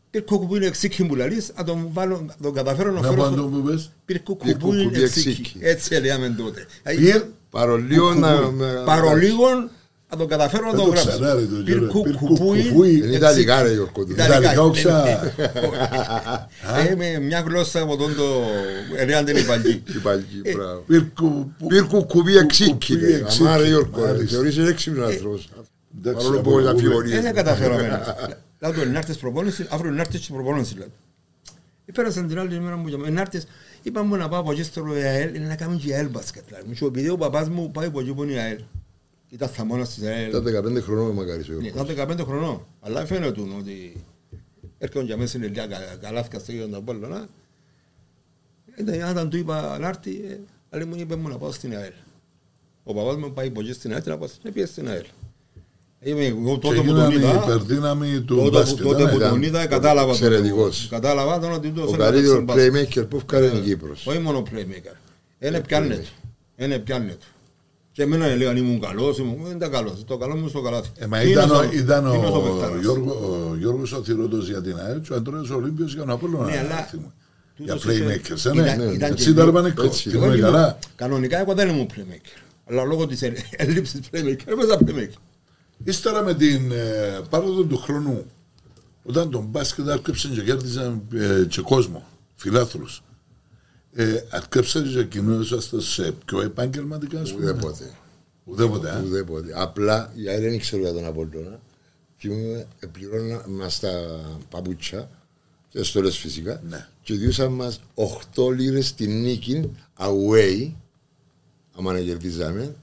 Speaker 1: Πήρκο κουμπού είναι εξήκη μου λαλείς, να τον βάλω, να τον καταφέρω να
Speaker 2: Να
Speaker 1: φέρω
Speaker 2: πάνω
Speaker 1: στο-
Speaker 2: το που είπες.
Speaker 1: Πυρκού
Speaker 3: Πυρκού
Speaker 1: κουμπούν
Speaker 3: κουμπί
Speaker 1: εξήκη.
Speaker 3: εξήκη.
Speaker 1: Έτσι λέγαμε τότε. Ε,
Speaker 2: Πυρ,
Speaker 3: Παρολίγο να... να-
Speaker 1: Παρολίγων να τον καταφέρω να
Speaker 2: Δεν
Speaker 1: το
Speaker 2: το ξανά, ρε,
Speaker 1: γράψω.
Speaker 2: το
Speaker 1: Πυρκού
Speaker 2: κύριο.
Speaker 1: κουμπούι
Speaker 2: Πυρκού-κουμπούι.
Speaker 3: Είναι
Speaker 1: εξήκη.
Speaker 3: Ιταλικά ρε Γιώργο του.
Speaker 1: Ιταλικά. ναι,
Speaker 2: Ιταλικά όξα.
Speaker 1: Ε, με μια γλώσσα από τον το Εάν δεν υπάρχει.
Speaker 3: Κυπαλική,
Speaker 1: Ε,
Speaker 3: μπράβο.
Speaker 2: Πυρκου-
Speaker 3: Πήρκου κουμπί εξήκη.
Speaker 2: κουμπί
Speaker 3: ρε.
Speaker 2: εξήκη,
Speaker 3: Αμάρε Γιώργο. ρε.
Speaker 2: μάλιστα.
Speaker 3: Θεωρείς είναι έξυπνος
Speaker 1: Ναι.
Speaker 3: άνθρωπος.
Speaker 2: εντάξει, Ε,
Speaker 3: Παρόλο που όλα
Speaker 2: απογοητεύομαι.
Speaker 3: αφιβολίες.
Speaker 1: Δεν τα καταφέραμε. Λέω του ενάρτης προπόνηση, αύριο ενάρτης της προπόνηση. Πέρασαν την άλλη ημέρα μου για ενάρτης. Είπα μου να πάω από εκεί στο ΕΑΕΛ, είναι να κάνουν και ΑΕΛ μπασκετ. λέω. Μου είπε, Επειδή ο παπάς μου πάει από εκεί που είναι η ΑΕΛ. Ήταν θαμώνας της ΑΕΛ.
Speaker 3: Ήταν 15 χρονών ο Μακαρίτης ο
Speaker 1: Ναι,
Speaker 3: Γιώργος.
Speaker 1: Ήταν 15 χρονών. Αλλά φαίνεται του ότι έρχονται για μέσα είναι λίγα καλάθηκα στο γύρο Απόλλωνα. Ήταν- Όταν του είπα να έρθει, ε, άλλη μου είπε μου να πάω στην ε, ΑΕΛ. Ο παπάς μου πάει πολύ στην ΑΕΛ, να πάω στην ΑΕΛ. στην ΑΕΛ. Είμαι εγώ
Speaker 2: Και
Speaker 1: τότε που τον
Speaker 2: γίνανε η
Speaker 1: είδα.
Speaker 2: υπερδύναμη του
Speaker 1: Τότε,
Speaker 2: μπάσκετ. ναι,
Speaker 1: που- τότε
Speaker 2: δεν
Speaker 1: που τον
Speaker 2: ήταν
Speaker 1: είδα, κατάλαβα. τον-
Speaker 2: Εξαιρετικός.
Speaker 1: Κατάλαβα τον ότι του
Speaker 3: Ο
Speaker 1: έφερε
Speaker 3: καλύτερο
Speaker 1: στον μπάσκετ.
Speaker 3: playmaker που έφυγε είναι Κύπρος.
Speaker 1: Ναι. Όχι μόνο playmaker. Είναι πιάνε του. Είναι πιάνε του. Και εμένα λέει αν ήμουν καλός, ήμουν δεν ήταν καλός. Το καλό μου στο καλάθι.
Speaker 2: Ε, μα
Speaker 1: Τι
Speaker 2: ήταν,
Speaker 1: είναι
Speaker 2: ο,
Speaker 1: αυτό,
Speaker 2: ήταν ο,
Speaker 1: τι είναι αυτό που φτάνεις.
Speaker 2: Γιώργο, ο Γιώργος ο Θηρότος για την ΑΕΚ, ο Αντρέας Ολύμπιος για τον Απόλλωνα.
Speaker 1: Ναι, αλλά
Speaker 2: θυμώ. Για
Speaker 1: τούτος
Speaker 2: playmakers,
Speaker 1: είχε-
Speaker 2: ε, ναι,
Speaker 1: ήταν-
Speaker 2: ναι.
Speaker 1: ήταν
Speaker 2: Έτσι
Speaker 1: και
Speaker 2: ήταν
Speaker 1: λίγο-
Speaker 2: αρμανικό.
Speaker 3: έτσι,
Speaker 1: Εγώ
Speaker 2: Θυμούμε
Speaker 1: ήμουν-
Speaker 2: καλά.
Speaker 1: Κανονικά εγώ δεν ήμουν playmaker. Αλλά λόγω της ε- έλλειψης playmaker έπαιζα playmaker.
Speaker 2: Ύστερα με την ε, πάροδο του χρόνου, όταν τον μπάσκετ αρκέψαν και κέρδισαν ε, και κόσμο, φιλάθλους, ε, αρκέψαν και κοινωνήσαστε σε πιο επαγγελματικά, ας πούμε.
Speaker 3: Ουδέποτε.
Speaker 2: Ουδέποτε, ε.
Speaker 3: Ουδέποτε. Απλά η ΑΕΛ δεν ξέρω για τον Απόλλωνα. Και μου πληρώνα μας τα παπούτσια και στολές φυσικά.
Speaker 2: Ναι.
Speaker 3: Και διούσαν μας 8 λίρες τη νίκη away. Άμα να κερδίζαμε.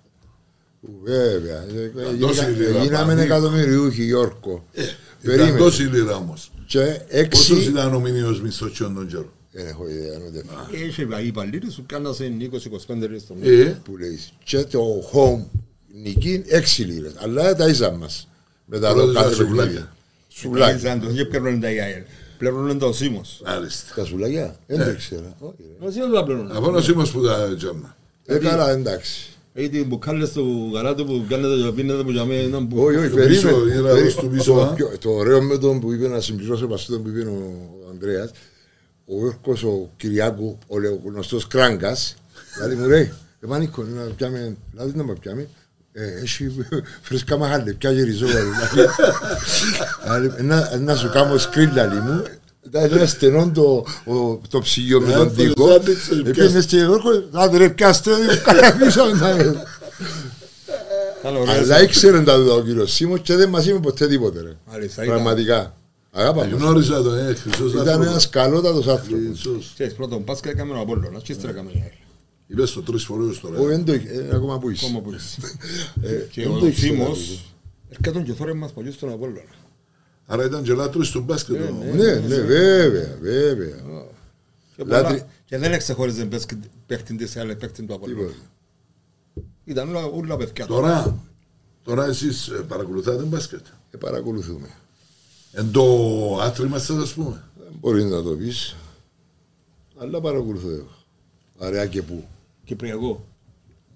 Speaker 3: Βέβαια. Ε,
Speaker 2: τόση λίρα,
Speaker 3: Γίναμε
Speaker 2: παντή.
Speaker 3: εκατομμυριούχοι Γιώργο.
Speaker 2: Ε, Ήταν
Speaker 3: Περίμενε.
Speaker 2: τόση λίρα όμως.
Speaker 3: Και έξι.
Speaker 2: Πόσος ήταν ο μηνύος μισθός και τον καιρό.
Speaker 3: Δεν έχω ιδέα. ούτε φ-
Speaker 1: Είχε οι παλίρες σου κάνασαν 20-25 λίρες το μήνα.
Speaker 2: Ε,
Speaker 3: Που λέει. Και το home νική 6 λίρες. Αλλά τα ίζα μας. Μετά το
Speaker 2: Πρώτα
Speaker 3: κάθε
Speaker 2: σουβλάκια.
Speaker 3: παιχνίδι.
Speaker 1: Σουλάκι.
Speaker 3: Σουβλάκια.
Speaker 1: Δεν πληρώνουν τα ΙΑΕΛ. Πληρώνουν το Σίμος.
Speaker 2: Μάλιστα.
Speaker 3: Τα σουβλάκια. Δεν το ξέρα.
Speaker 1: Ε, Ο Σίμος τα πληρώνουν.
Speaker 2: Από ένας είμαστε που τα τζάμνα.
Speaker 3: Ε, καλά, εντάξει.
Speaker 1: Έτσι που κάλες το γαράτο που κάνετε και πίνετε που για μένα ήταν που...
Speaker 3: Όχι, όχι,
Speaker 2: του
Speaker 3: περίμενε.
Speaker 2: πίσω, είναι
Speaker 3: Περί-
Speaker 2: λαός του πίσω,
Speaker 3: ε, το
Speaker 2: α.
Speaker 3: πιο- Το ωραίο με τον που είπε να συμπληρώσω με αυτόν που είπε ο Ανδρέας, ο Γιώργος ο Κυριάκου, ο λε- ο γνωστός Κράγκας, δηλαδή μου λέει, «Ε, Μάνικο, να πιάμε, δηλαδή να με πιάμε, ε, έχει φρεσκά μαγάλε, πια γυριζό, δηλαδή. Δηλαδή, να- Να σου κάνω screen, δηλαδή μου, Δηλαδή ένα στενό το, ο- το ψυγείο με
Speaker 2: Ε,
Speaker 3: τον
Speaker 2: το
Speaker 3: τοίχο.
Speaker 2: άνοιξε,
Speaker 3: Επίσης και Γιώργο, άντε ρε πιάστε, καλαμίσαμε τα
Speaker 1: Καλά, ωραία.
Speaker 3: Αλλά ήξερε τα δω ο κύριος Σίμος και δεν μας είπε ποτέ τίποτε ρε.
Speaker 1: Μάλιστα, ήταν-
Speaker 3: Πραγματικά. Αγάπα μας.
Speaker 2: Γνώριζα τον, ε, χρυσός
Speaker 3: Ήταν ένας
Speaker 2: άνθρωπος.
Speaker 3: καλότατος άνθρωπος.
Speaker 2: Χρυσός.
Speaker 1: Ξέρεις, πρώτον Πάσχα έκαμε ο Απόλλωνας και ύστερα έκαμε η ΑΕΛ.
Speaker 2: Είπες το τρεις φορές
Speaker 3: Ο,
Speaker 2: τώρα.
Speaker 3: δεν το είχε, ε, ακόμα που είσαι.
Speaker 1: Ακόμα που είσαι. Και
Speaker 3: δεν το
Speaker 1: ο
Speaker 3: ήξερα
Speaker 1: Σίμος
Speaker 3: αυτό.
Speaker 1: έρχεται και θόρε μας παλιούς στον Απόλλωνα.
Speaker 2: Άρα ήταν και λάτρης του μπάσκετ. ο-
Speaker 1: Ε,
Speaker 3: Ναι, ναι, βέβαια, βέβαια.
Speaker 1: Και πολλά-
Speaker 3: Δηλαδή-
Speaker 1: Και δεν εξεχώριζε παίκτη- παίκτη της ΑΕΛ, παίκτη του Απόλλωνα.
Speaker 3: Τίποτα.
Speaker 1: Ήταν όλα- όλα παιδιά. του.
Speaker 2: Τώρα, τώρα εσείς ε, παρακολουθάτε μπάσκετ.
Speaker 3: Ε, παρακολουθούμε.
Speaker 2: Εν το άθλημα σας, ας πούμε.
Speaker 3: Δεν μπορεί να το πεις. Αλλά παρακολουθώ εγώ. Αραιά και πού.
Speaker 1: Κυπριακό.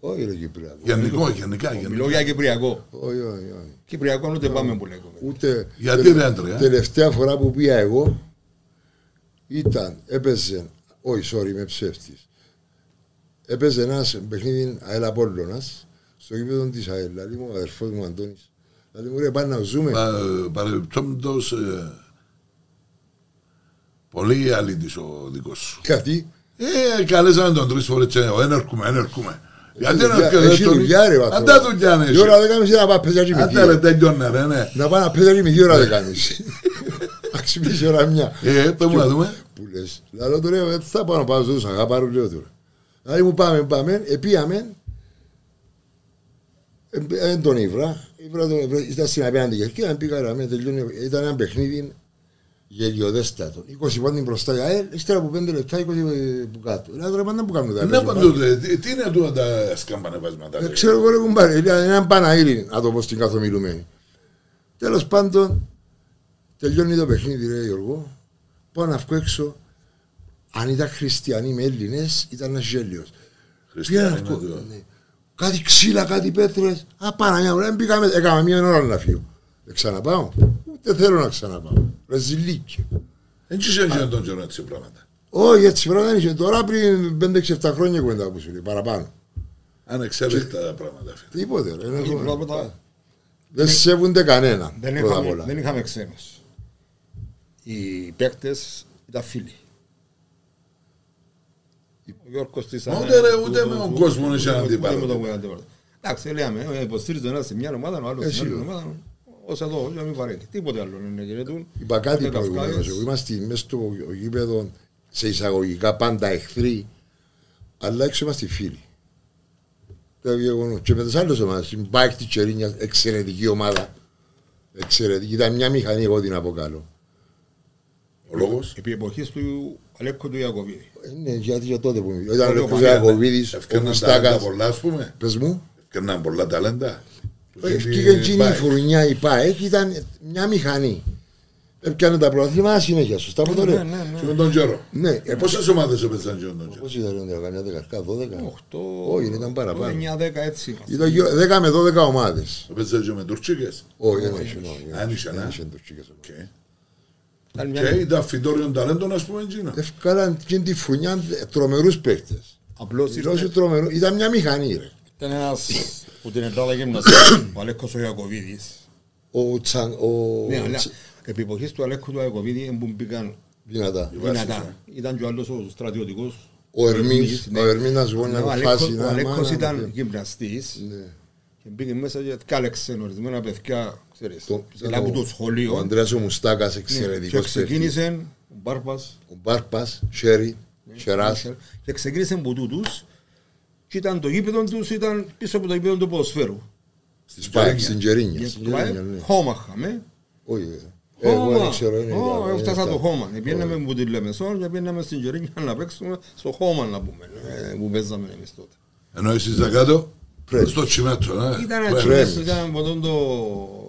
Speaker 3: Όχι ρε Κυπριακό.
Speaker 2: Γενικό, γενικά, γενικά.
Speaker 1: Μιλώ για Κυπριακό.
Speaker 3: Όχι, όχι, όχι.
Speaker 1: Κυπριακό ούτε πάμε που λέγουμε.
Speaker 3: Ούτε.
Speaker 2: Γιατί,
Speaker 3: τελε-
Speaker 2: ρε, Άντρε, ε?
Speaker 3: Τελευταία φορά που πήγα εγώ ήταν, έπαιζε. Όχι, sorry, είμαι ψεύτης. Έπαιζε ένας παιχνίδι ΑΕΛ Απόλλωνας στο γήπεδο της ΑΕΛ. Δηλαδή μου ο αδερφός μου Αντώνη. Δηλαδή μου λέει πάνε να ζούμε.
Speaker 2: Πα- Παρεμπιπτόντως, ε, πολύ αλήτης ο δικός σου.
Speaker 3: Γιατί.
Speaker 2: Ε, καλέσαμε τον τρεις φορές και ο, «Εν έρχομαι, εν έρχομαι». Γιατί
Speaker 3: Ε, δουλειά-
Speaker 2: δεν έρχεται
Speaker 3: έχει
Speaker 2: τον-
Speaker 3: δουλειά, ρε, βαθμό.
Speaker 2: Αντά δουλειά, ναι,
Speaker 3: Η
Speaker 2: εσύ.
Speaker 3: ώρα δέκα μισή να πάει παιδιά γυμνική.
Speaker 2: Άντε ρε, τελειώνε, ρε, ναι.
Speaker 3: Να πάει να παιδιά γυμνική ώρα δέκα μισή. Να ξυπνήσεις η ώρα μια.
Speaker 2: Ε, πες μου να δούμε.
Speaker 3: που λες. Λέω του λέω, «Ε, θα πάω να πάω στους αγαπάρου, λέω του. Δηλαδή μου πάμε, πάμε, επίαμε. Δεν τον ύβρα. Ήβρα τον ύβρα. Ήταν στην απέναντι κερκίδα, πήγα να με τελειώνει. Ήταν ένα παιχνίδι γελιοδέστατο. 20 πόντι μπροστά η ΑΕΛ, ύστερα από 5 λεπτά 20 που κάτω. Λέω τώρα πάντα που κάνουν τα
Speaker 2: Ναι,
Speaker 3: παιδιά, πάντα».
Speaker 2: παντού, τι- τι είναι τούτα τα σκαμπανεβάσματα.
Speaker 3: Δεν
Speaker 2: ρε.
Speaker 3: Ε, ξέρω εγώ ρε κουμπάρε, ήταν έναν Παναήλι να το πω στην καθομιλουμένη. Τέλος πάντων, τελειώνει το παιχνίδι ρε Γιώργο, πάω να βγω έξω, αν ήταν χριστιανοί με Έλληνες ήταν ένας γέλιος. Πήγα
Speaker 2: Χριστιανοί
Speaker 3: να
Speaker 2: με
Speaker 3: βγω,
Speaker 2: το-
Speaker 3: ναι. κάτι ξύλα, κάτι πέτρες, α πάνα μια ώρα, πήγαμε, έκανα μια ώρα να φύγω. Ε, ξαναπάω, ούτε θέλω να ξαναπάω, ρε ζηλίκι.
Speaker 2: Δεν ξέρω αν γίνονται τώρα τέτοια πράγματα.
Speaker 3: Όχι, έτσι πράγμα δεν είχε. Τώρα πριν 5-6-7 χρόνια κουβέντα που σου λέει, παραπάνω.
Speaker 2: Ανεξέλεκτα τα πράγματα. φίλε.
Speaker 3: Τίποτε. Ρε,
Speaker 1: Όχι,
Speaker 3: δεν έχω-
Speaker 1: πρώτα-
Speaker 3: δεν σέβονται κανέναν.
Speaker 1: Δεν
Speaker 3: πρώτα απ'
Speaker 1: είχαμε,
Speaker 3: όλα.
Speaker 1: δεν είχαμε ξένους. Οι παίκτες ήταν φίλοι. Ο Γιώργος της
Speaker 2: Μα
Speaker 1: Ανά-
Speaker 2: ούτε ρε,
Speaker 1: του-
Speaker 2: ούτε
Speaker 1: του-
Speaker 2: με τον
Speaker 1: του-
Speaker 2: κόσμο
Speaker 1: του-
Speaker 2: είσαι
Speaker 1: του-
Speaker 2: αντίπαλος.
Speaker 1: ούτε με τον αντίπαλο. Εντάξει, λέμε, ε, υποστήριζε ένας σε μια ομάδα, ο άλλος
Speaker 3: Εσύ,
Speaker 1: στην άλλη
Speaker 3: ρε.
Speaker 1: ομάδα. Ως εδώ, για να μην παρέχει. Τίποτε άλλο είναι κύριε του.
Speaker 3: Είπα κάτι
Speaker 1: Ούτε
Speaker 3: προηγουμένω.
Speaker 1: Καυκάης.
Speaker 3: Εγώ είμαστε μέσα στο γήπεδο σε εισαγωγικά πάντα εχθροί, αλλά έξω είμαστε φίλοι. Το γεγονός. Και με τι άλλε ομάδε, την Μπάικ τη Τσερίνια, εξαιρετική ομάδα. Εξαιρετική. Ήταν μια μηχανή, εγώ την αποκαλώ.
Speaker 2: Ο λόγος.
Speaker 1: Επί εποχής του Αλέκο του Ιακωβίδη.
Speaker 3: Ε, Ναι, γιατί για τότε που μιλάω. Ήταν ο
Speaker 1: Πολύ
Speaker 3: Ρέκο
Speaker 1: ωραία, ναι.
Speaker 3: Ζακοβίδη, ο
Speaker 2: Ευκαιρνάν ταλέντα
Speaker 3: Μουστάκα.
Speaker 2: πολλά, ας πούμε.
Speaker 3: Πες μου,
Speaker 2: Ευκαιρνάν πολλά ταλέντα.
Speaker 3: Ευκήκε εκείνη η φουρνιά η ΠΑΕΚ ήταν μια μηχανή. Έπιανε τα προαθλήματα συνέχεια, σωστά που το λέω.
Speaker 1: Ναι, ναι.
Speaker 2: Και με τον Τζέρο.
Speaker 3: Ναι, ε, πώς-
Speaker 2: Πόσες ομάδες έπαιζαν και με τον Τζέρο.
Speaker 3: πώς ήταν ρε, καμιά δεκαρκά, δώδεκα.
Speaker 1: 8,
Speaker 3: Όχι, ήταν παραπάνω.
Speaker 1: 9, 10 έτσι.
Speaker 3: Ήταν γύρω 10 με 12 ομάδες.
Speaker 2: Έπαιζαν και με τουρκικέ.
Speaker 3: Όχι, δεν είχε, όχι,
Speaker 2: Α, δεν είχε, ναι.
Speaker 3: δεν είχε τουρκικές ομάδες.
Speaker 1: Ήταν μια-
Speaker 2: Και ήταν φυτόριον ταλέντων, ας πούμε, εκείνα.
Speaker 3: Έφκαλαν και τη φουρνιά τρομερούς παίκτες.
Speaker 1: Απλώς
Speaker 3: Οι
Speaker 1: ήρθε-
Speaker 3: Ρώσοι τρομερού- Ήταν μια μηχανή ρε.
Speaker 1: ήταν ένας που την Ελλάδα γυμνασίας, ο Αλέκος ο Ιακωβίδης.
Speaker 3: Ο Τσαν... Ο...
Speaker 1: Ναι, αλλά
Speaker 3: Τσα-
Speaker 1: επί εποχής του Αλέκου του Ιακωβίδη που μπήκαν
Speaker 3: Δυνατά.
Speaker 1: δυνατά. Ήταν και ο άλλος ο στρατιωτικός.
Speaker 3: Ο Ερμής,
Speaker 1: Ερμής, ναι.
Speaker 3: ο Ερμής να σου πω
Speaker 1: Ναι,
Speaker 3: να
Speaker 1: Ο
Speaker 3: κουφάσει.
Speaker 1: Αλέκος-
Speaker 3: να-
Speaker 1: ο Αλέκος
Speaker 3: μάνα,
Speaker 1: ήταν
Speaker 3: ναι.
Speaker 1: γυμναστής
Speaker 3: Ναι.
Speaker 1: και μπήκε μέσα και κάλεξε ορισμένα παιδιά, ξέρεις,
Speaker 3: Το-
Speaker 1: αλλά από το σχολείο.
Speaker 3: Ο Ανδρέας ο Μουστάκας
Speaker 1: Ναι, Και
Speaker 3: εξαιρετικός παίκτης.
Speaker 1: ξεκίνησε Ναι, ο Μπάρπας,
Speaker 3: Ο Μπάρπας, Σέρι, Σεράς.
Speaker 1: και ξεκίνησε από τούτους και ήταν το γήπεδο τους, ήταν πίσω από το γήπεδο του ποδοσφαίρου.
Speaker 2: Στις
Speaker 3: Σπάρκ
Speaker 2: Παρέγγια.
Speaker 3: στην Κερίνια.
Speaker 1: Για
Speaker 3: Στην
Speaker 1: το ΠΑΕ,
Speaker 3: Κερίνια, ναι.
Speaker 1: Χώμα είχαμε.
Speaker 3: Όχι. ε, Εγώ δεν
Speaker 1: Χώμα.
Speaker 3: ξέρω. είναι
Speaker 1: Ω,
Speaker 3: ήταν-
Speaker 1: Έφτασα
Speaker 3: ήταν-
Speaker 1: το χώμα. Ναι, Επίναμε από τη Λεμεσόν και πήγαμε στην Κερίνια να παίξουμε στο χώμα να πούμε. ε, Που παίζαμε εμείς τότε.
Speaker 2: Ενώ εσείς τα κάτω,
Speaker 3: Πρέπει.
Speaker 2: στο τσιμέτρο, ναι.
Speaker 1: Ήταν
Speaker 2: Πρέπει.
Speaker 1: έτσι μέσα, ήταν από τον το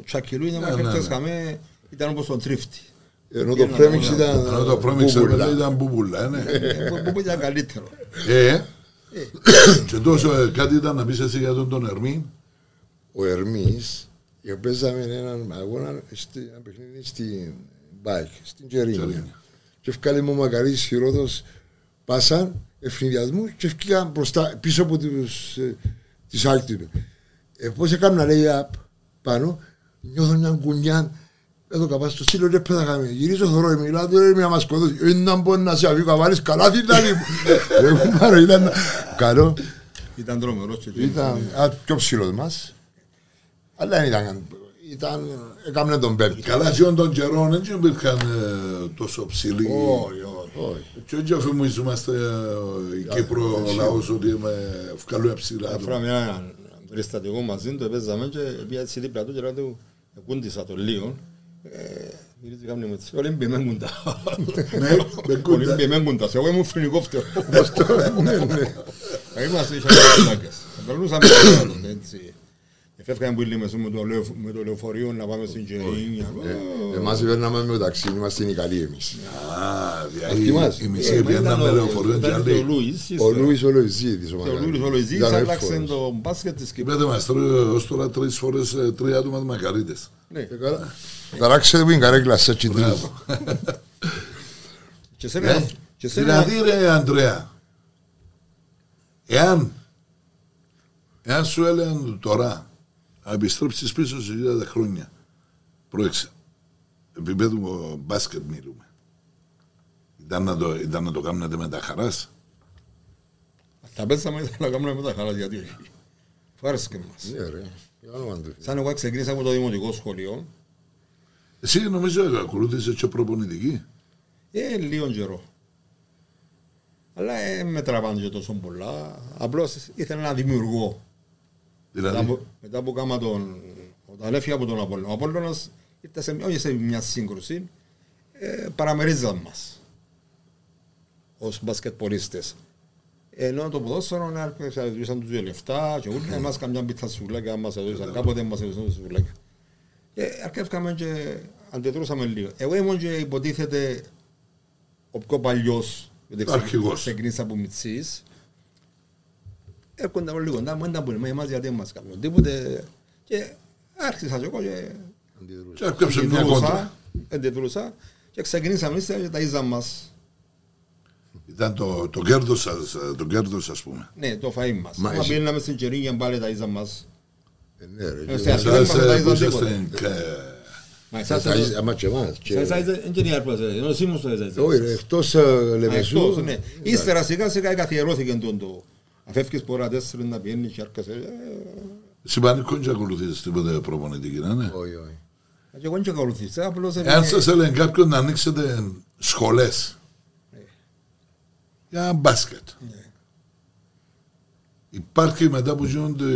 Speaker 1: τσακιλού, ήταν
Speaker 2: Ναι, ναι,
Speaker 1: παίχτες
Speaker 2: ναι.
Speaker 1: χαμέ, ήταν όπως τον τρίφτη.
Speaker 3: Ενώ το Πρέμιξ
Speaker 1: Ενώ
Speaker 3: ήταν. ε,
Speaker 2: Ενώ το πρώμιξ μετά ήταν μπουμπουλά, ναι.
Speaker 1: Ε, που- Που ήταν καλύτερο.
Speaker 2: Ε, και τόσο ε, κάτι ήταν να πεις εσύ για τον τον Ερμή.
Speaker 3: Ο Ερμής, ε, παίζαμε έναν αγώνα, στη- ένα παιχνίδι στην Μπάικ, στην Κερίνια.
Speaker 2: Κερίνια.
Speaker 3: Και ευκάλε μου ο Μακαρίτης Χειρόδος, πάσαν ευνηδιασμούς και ευκήκαν μπροστά, πίσω από τους, ε, τις άλλες. Ε, πώς έκανα λέει απ, πάνω, νιώθω μια κουνιά, εδώ καπάς στο σύλλο ρε πέταγαμε, γυρίζω θωρώ, μιλάω τώρα ρε μια σκοτώσει, ένα μπορεί να σε αφήσω καβάρεις, καλά την άλλη μου. Εγώ μάρο ήταν καλό.
Speaker 1: Ήταν τρομερός και εκείνος.
Speaker 3: Ήταν α, πιο ψηλός μας. Αλλά δεν ήταν. ήταν έκαμε τον πέμπτη.
Speaker 2: Καλά και τον καιρό δεν και υπήρχαν ε, τόσο ψηλοί.
Speaker 3: Όχι, όχι, όχι.
Speaker 2: Και όχι αφημίζομαστε η ε, Κύπρο ο λαός ότι με ευκαλούν ψηλά. άτομα.
Speaker 1: Έφεραμε έναν περιστατικό μαζί του, παίζαμε και πήγα έτσι δίπλα του και λέω του, κούντισα τον λίγο. Ε, Γυρίζει κάμνη μου έτσι, όλοι μπιεμέν κουντά.
Speaker 2: Ναι, με
Speaker 1: Όλοι
Speaker 2: κούντα.
Speaker 1: μπιεμέν κουντά, εγώ ήμουν φρυνικόφτερο.
Speaker 3: ναι, ναι.
Speaker 1: Είμαστε είχαμε κουντάκες. Περνούσαμε το άλλο, έτσι. Ε, Φεύγαμε που ήλιμε με το λεωφ- με το λεωφορείο να πάμε στην Ε, Κερίνια.
Speaker 2: ε,
Speaker 3: Εμάς περνάμε με το ταξί, είμαστε οι καλοί εμείς.
Speaker 2: Α, δηλαδή
Speaker 3: Θυμάσαι.
Speaker 2: η
Speaker 1: Ε,
Speaker 2: μισή πιένα με λεωφορείο και
Speaker 1: Ο
Speaker 2: άλλη.
Speaker 1: Λούις
Speaker 3: Ο
Speaker 1: ύστερα.
Speaker 3: Λούις ο Λοϊζίδης.
Speaker 1: Και ο Λούις ο Λουιζής άλλαξε το μπάσκετ της Κύπρου.
Speaker 2: Είπατε μας τρ- ως τώρα τρεις φορές ε, τρία άτομα μακαρίτες.
Speaker 1: Ναι.
Speaker 3: Ταράξε που είναι καρέκλα σε έτσι τρεις.
Speaker 2: Μπράβο.
Speaker 1: Και σε ένα-
Speaker 2: Ναι.
Speaker 1: Ε, και σε ένα-
Speaker 2: Δηλαδή ρε Αντρέα, εάν, εάν σου έλεγαν τώρα να επιστρέψεις πίσω σε 2000 χρόνια, πρόεξε, επίπεδο μπάσκετ μιλούμε, ήταν να το, ήταν να το κάνετε με τα χαράς.
Speaker 1: Τα πέσαμε ήταν να κάνουμε μετά χαράς γιατί όχι. Φάρεσκε μας.
Speaker 3: Ναι, ρε. Για όνομα του.
Speaker 1: Σαν εγώ ξεκίνησα από το δημοτικό σχολείο,
Speaker 2: Εσύ νομίζω ακολούθησες και προπονητική.
Speaker 1: ε, λίγο καιρό. Αλλά ε, με τραβάνε και τόσο πολλά. Απλώς ήθελα να δημιουργώ. Μετά
Speaker 2: Δηλαδή,
Speaker 1: που, μετά που κάμα τον... Όταν έφυγα από τον Απόλλωνα. Ο Απόλλωνας ήρθε σε, όχι σε μια σύγκρουση, ε, παραμερίζαν μας. Ως μπασκετπολίστες. Ενώ το ποδόσφαιρο ναι, να έρθουν τους δύο λεφτά και
Speaker 2: Ναι.
Speaker 1: ούλια μας καμιά πίτα σουβλάκια, αν μας έδωσαν κάποτε μας έδωσαν σουβλάκια. Και αρκεύκαμε και αντιδρούσαμε λίγο. Εγώ ήμουν και υποτίθεται ο πιο παλιός, γιατί
Speaker 2: Αρχηγός.
Speaker 1: ξεκίνησα από Μιτσής. Έρχονταν όλοι κοντά μου, ήταν που είναι εμάς γιατί δεν μας κάνουν τίποτε. Και άρχισα και εγώ και
Speaker 2: και έπιαψε μια κόντρα.
Speaker 1: αντιδρούσα, αντιδρούσα και ξεκινήσαμε ύστερα και τα είδα μας.
Speaker 2: Ήταν το, το κέρδος σας, ε, το κέρδος ας πούμε.
Speaker 1: Ναι, το φαΐν μας.
Speaker 3: Μα
Speaker 1: Μα
Speaker 3: εσύ-
Speaker 1: πήγαμε στην Κερίνια πάλι τα είδα μας.
Speaker 3: Ε, Ναι, ρε.
Speaker 1: Ε,
Speaker 3: και-
Speaker 1: σε ας-
Speaker 2: Σας
Speaker 1: δεν
Speaker 2: ε,
Speaker 1: μας
Speaker 2: που
Speaker 1: βάζαν
Speaker 2: είσαστε ε,
Speaker 1: Μα εσάς
Speaker 3: Τα είδε- Άμα και εμάς. και-
Speaker 1: δεν είναι άρπαζε, ενώ εσύ μου ε, το είδα.
Speaker 3: Όχι, ρε, εκτός ε,
Speaker 1: Αυτός,
Speaker 3: Λεμεσού.
Speaker 1: ναι. Ύστερα σιγά σιγά καθιερώθηκε τον το. Αφεύκεις πορά τέσσερα να πιένει και ε, άρχισε.
Speaker 2: Συμπανικό και ακολουθήσεις τίποτε προπονητική, ναι, ναι.
Speaker 3: Όχι, όχι.
Speaker 1: Και εγώ δεν και ακολουθήσα, απλώς
Speaker 2: Εάν
Speaker 1: έβγαινε-
Speaker 2: σας έλεγε κάποιον να ανοίξετε σχολές για μπάσκετ. Υπάρχει μετά που γίνονται,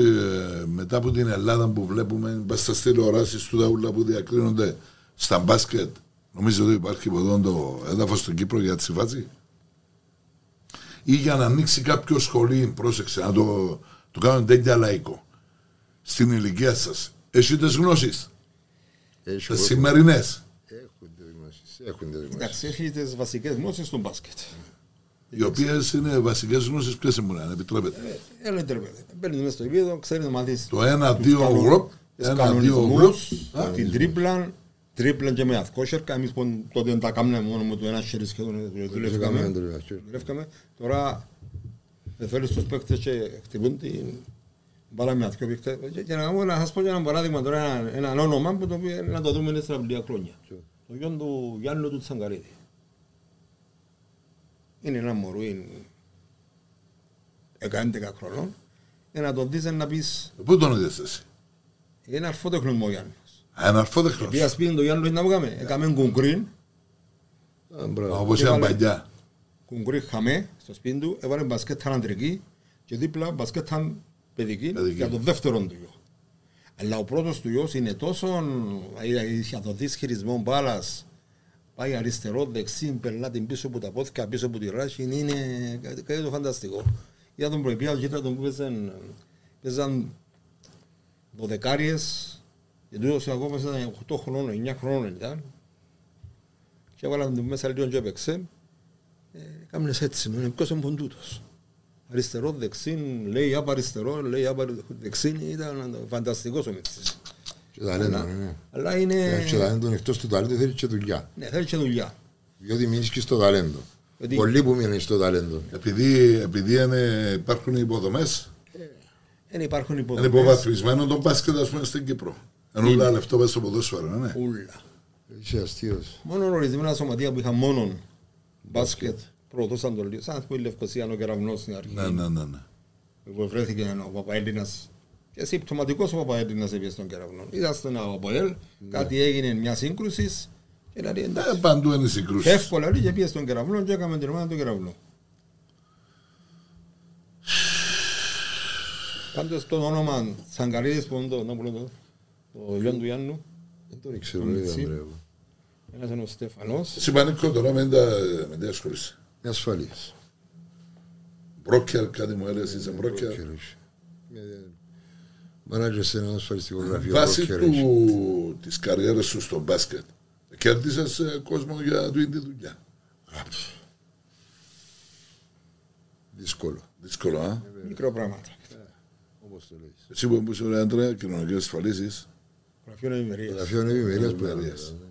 Speaker 2: μετά από την Ελλάδα που βλέπουμε, πας στις τηλεοράσεις του ταούλα που διακρίνονται στα μπάσκετ, νομίζω ότι υπάρχει ποτέ το έδαφος στην Κύπρο για τη συμβάση. Ή για να ανοίξει κάποιο σχολείο, πρόσεξε, να το, το κάνουν τέτοια λαϊκό, στην ηλικία σας. Εσύ τις γνώσεις,
Speaker 3: Έχουν
Speaker 2: τι σημερινέ.
Speaker 3: τις γνώσεις, Έχουν τις γνώσεις.
Speaker 1: Εντάξει, έχει τις βασικές γνώσεις του μπάσκετ.
Speaker 2: Οι οποίες είναι βασικές γνώσεις, ποιες ήμουν, αν επιτρέπετε.
Speaker 1: Έλα, τρεπέδε. Μπαίνει μέσα στο επίπεδο, ξέρει να μάθει.
Speaker 2: Το ένα-δύο γκρουπ, ένα-δύο γκρουπ.
Speaker 1: την
Speaker 2: Ε, λοιπόν,
Speaker 1: τρίπλα, τρίπλα και με αυκόσερκα. Εμεί τότε τα κάναμε μόνο με το ένα χέρι σχεδόν. ε,
Speaker 3: Έκαμε
Speaker 1: Δουλεύκαμε.
Speaker 3: το λιγάκι.
Speaker 1: Δουλεύκαμε. Τώρα με φέρνει στους παίκτες και χτυπούν την μπάλα με αθκιό παίκτες. Και- Και να, πω- να σας πω για ένα παράδειγμα τώρα, ένα, έναν όνομα που το οποίο να το δούμε στα βιβλία χρόνια. Το γιο του Γιάννου του Τσαγκαρίδη. Είναι ένα μωρό, είναι 11 χρονών. Και να το δεις να πεις,
Speaker 2: Πού τον είδες εσύ.
Speaker 1: είναι αρφότεχνος μου ο Γιάννος.
Speaker 2: Αναρφόδεχνο.
Speaker 1: Πήγα σπίτι του Γιάννου, να μου κάμε, έκαμε κουγκρίν,
Speaker 3: Α, μπράβο.
Speaker 2: Όπω ήταν
Speaker 1: έβαλε-
Speaker 2: παλιά.
Speaker 1: κουγκρί χαμέ στο σπίτι του, έβαλε μπασκέτα αντρική και δίπλα μπασκέτα παιδική
Speaker 2: Παιδική.
Speaker 1: για το δεύτερο του γιο. Αλλά ο πρώτος του γιος είναι τόσο. είχε το δεις χειρισμό μπάλας. Πάει αριστερό, δεξί, περνά την πίσω από τα πόθηκα, πίσω από τη ράχη. Είναι κάτι, κάτι το φανταστικό. Για τον προεπιά, για τον που παίζαν- παίζαν δωδεκάριες και τούτος ακόμα ήταν 8 χρόνων, 9 χρόνων ήταν. Και έβαλαν του μέσα λίγο και έπαιξε. Ε, Κάμνες έτσι, με ποιος είναι τούτος. Αριστερό, δεξίν, λέει απ' αριστερό, λέει απ' αρι- δεξίν, ήταν φανταστικός ο Μίτσης.
Speaker 3: Και ταλέντο, ναι, ναι.
Speaker 1: Αλλά είναι...
Speaker 3: Ε, Και ταλέντο, εκτός του ταλέντου θέλει και δουλειά.
Speaker 1: Ναι, θέλει και δουλειά.
Speaker 3: Διότι μείνεις και στο ταλέντο.
Speaker 1: Γιατί-
Speaker 3: Πολλοί που μείνουν στο ταλέντο.
Speaker 2: Επειδή, επειδή είναι, υπάρχουν υποδομές,
Speaker 1: Δεν υπάρχουν
Speaker 2: είναι
Speaker 1: υποδομές.
Speaker 2: υποβαθμισμένο το μπάσκετ, ας πούμε, στην Κύπρο. Ενώ όλα λεφτό πας στο ποδόσφαιρο, ναι.
Speaker 1: Ούλα.
Speaker 3: Είσαι αστείος.
Speaker 1: Μόνο ορισμένα σωματεία που είχαν μόνον μπάσκετ προδώσαν το λίγο. Σαν ας πούμε η Λευκοσία, ο Κεραυνός στην αρχή.
Speaker 2: Ναι, ναι, ναι. ναι.
Speaker 1: που βρέθηκε ο Παπαέλληνας και συμπτωματικός ο Παπαέλληνας επί στον κεραυνό. Είδα στον Αποέλ,
Speaker 3: Ναι.
Speaker 1: κάτι έγινε μια σύγκρουσης και λέει
Speaker 2: Ε,
Speaker 1: εντάξει.
Speaker 2: παντού είναι συγκρούσει.
Speaker 1: Εύκολα λέει και πήγε στον κεραυνό και έκαμε την ομάδα του κεραυνού. Πάντως το όνομα Τσαγκαρίδης που είναι το, να πω το, το γιο του Γιάννου,
Speaker 3: Δεν τον ήξερα,
Speaker 1: Τον
Speaker 3: δεν
Speaker 1: Μιτσί.
Speaker 3: ήταν μπράβο.
Speaker 1: ένας είναι ο Στεφανός,
Speaker 2: Σημαντικό τώρα με τα με τα ασχολείσαι.
Speaker 3: Είναι ασφαλής.
Speaker 2: Μπρόκερ, κάτι μου έλεγες, είσαι μπρόκερ.
Speaker 3: Πρόκερος. Ε, Μάνατζερ σε ένα ασφαλιστικό γραφείο.
Speaker 2: Βάσει
Speaker 3: πρόκερος.
Speaker 2: του της καριέρας σου στο μπάσκετ, κέρδισες κόσμο για την τη δουλειά.
Speaker 3: Δύσκολο.
Speaker 2: Δύσκολο, α.
Speaker 1: μικρό πράγματα.
Speaker 3: Όπως το λέεις.
Speaker 2: Εσύ που είσαι ωραία άντρα, κοινωνικές ασφαλίσεις,
Speaker 1: Γραφείο
Speaker 3: Το
Speaker 1: ευημερίας.
Speaker 3: γραφείο είναι ευημερίας που
Speaker 2: Ευημερίας.
Speaker 3: είναι.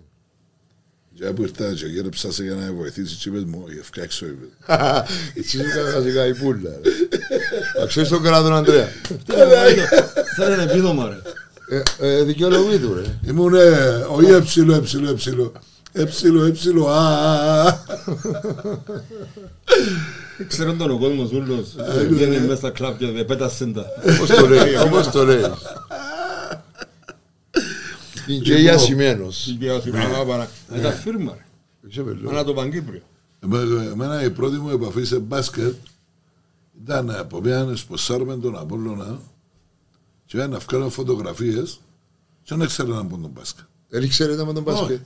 Speaker 2: για που ήρθα και γέρεψα σε για να βοηθήσει, τι είπες μου, «Όχι, ευκάξω, είπε.
Speaker 3: Έτσι είναι καθαρικά η πουλα. Θα ξέρεις τον καλά τον Αντρέα.
Speaker 1: Ε, Θα είναι επίδομα ρε.
Speaker 3: Ε, ε, Δικαιολογεί του ρε.
Speaker 2: Ήμουν όχι εψιλο, εψιλο, εψιλο. Εψιλο, εψιλο, ναι. α, α.
Speaker 1: Ξέρω τον ο κόσμος ούλος,
Speaker 3: Ε,
Speaker 1: βγαίνει μέσα στα κλαπ και πέτασε τα.
Speaker 3: Όπως το λέει, όπως το λέει. Είναι και γιασημένος. Ε.
Speaker 1: Ήταν φίρμα, ρε. Ανά το Παγκύπριο.
Speaker 2: Εμέ- Εμένα η πρώτη μου επαφή σε μπάσκετ ήταν από μια σποσάρμεν τον Απόλλωνα και να βγάλω φωτογραφίες και δεν ήξερα να πω τον μπάσκετ.
Speaker 3: Δεν ξέρετε με τον μπάσκετ.
Speaker 2: Όχι.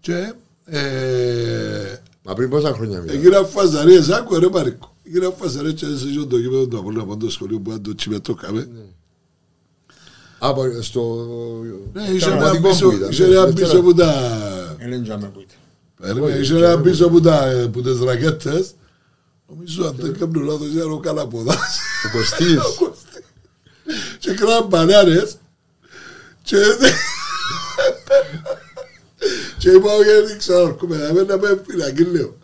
Speaker 2: Και ε,
Speaker 3: Μα πριν πόσα χρόνια μιλάμε.
Speaker 2: έγινα φασαρίες, άκου ρε Μαρίκο. Έγινα φασαρίες και σε ζω το γήπεδο του Απόλλωνα από το σχολείο που αν το τσιμετώκαμε.
Speaker 3: Από στο...
Speaker 2: Ναι, είσαι
Speaker 3: Ήταν
Speaker 2: ένα
Speaker 3: δικό
Speaker 2: πίσω,
Speaker 3: μου ήταν,
Speaker 2: είσαι
Speaker 3: ναι,
Speaker 2: ένα
Speaker 3: δεύτερο.
Speaker 2: πίσω που τα...
Speaker 1: Έλεγε για με που ήταν.
Speaker 2: Περίμενε, Είσαι ένα πίσω που τα... ε, που τις ρακέτες. Νομίζω αν δεν κάνω λάθος ήταν ο Καλαποδάς.
Speaker 3: Ο Κωστής.
Speaker 2: Και κράμπαν μπανάνες και και είπα όχι δεν ξέρω έρχομαι να μένω με φυλακή λέω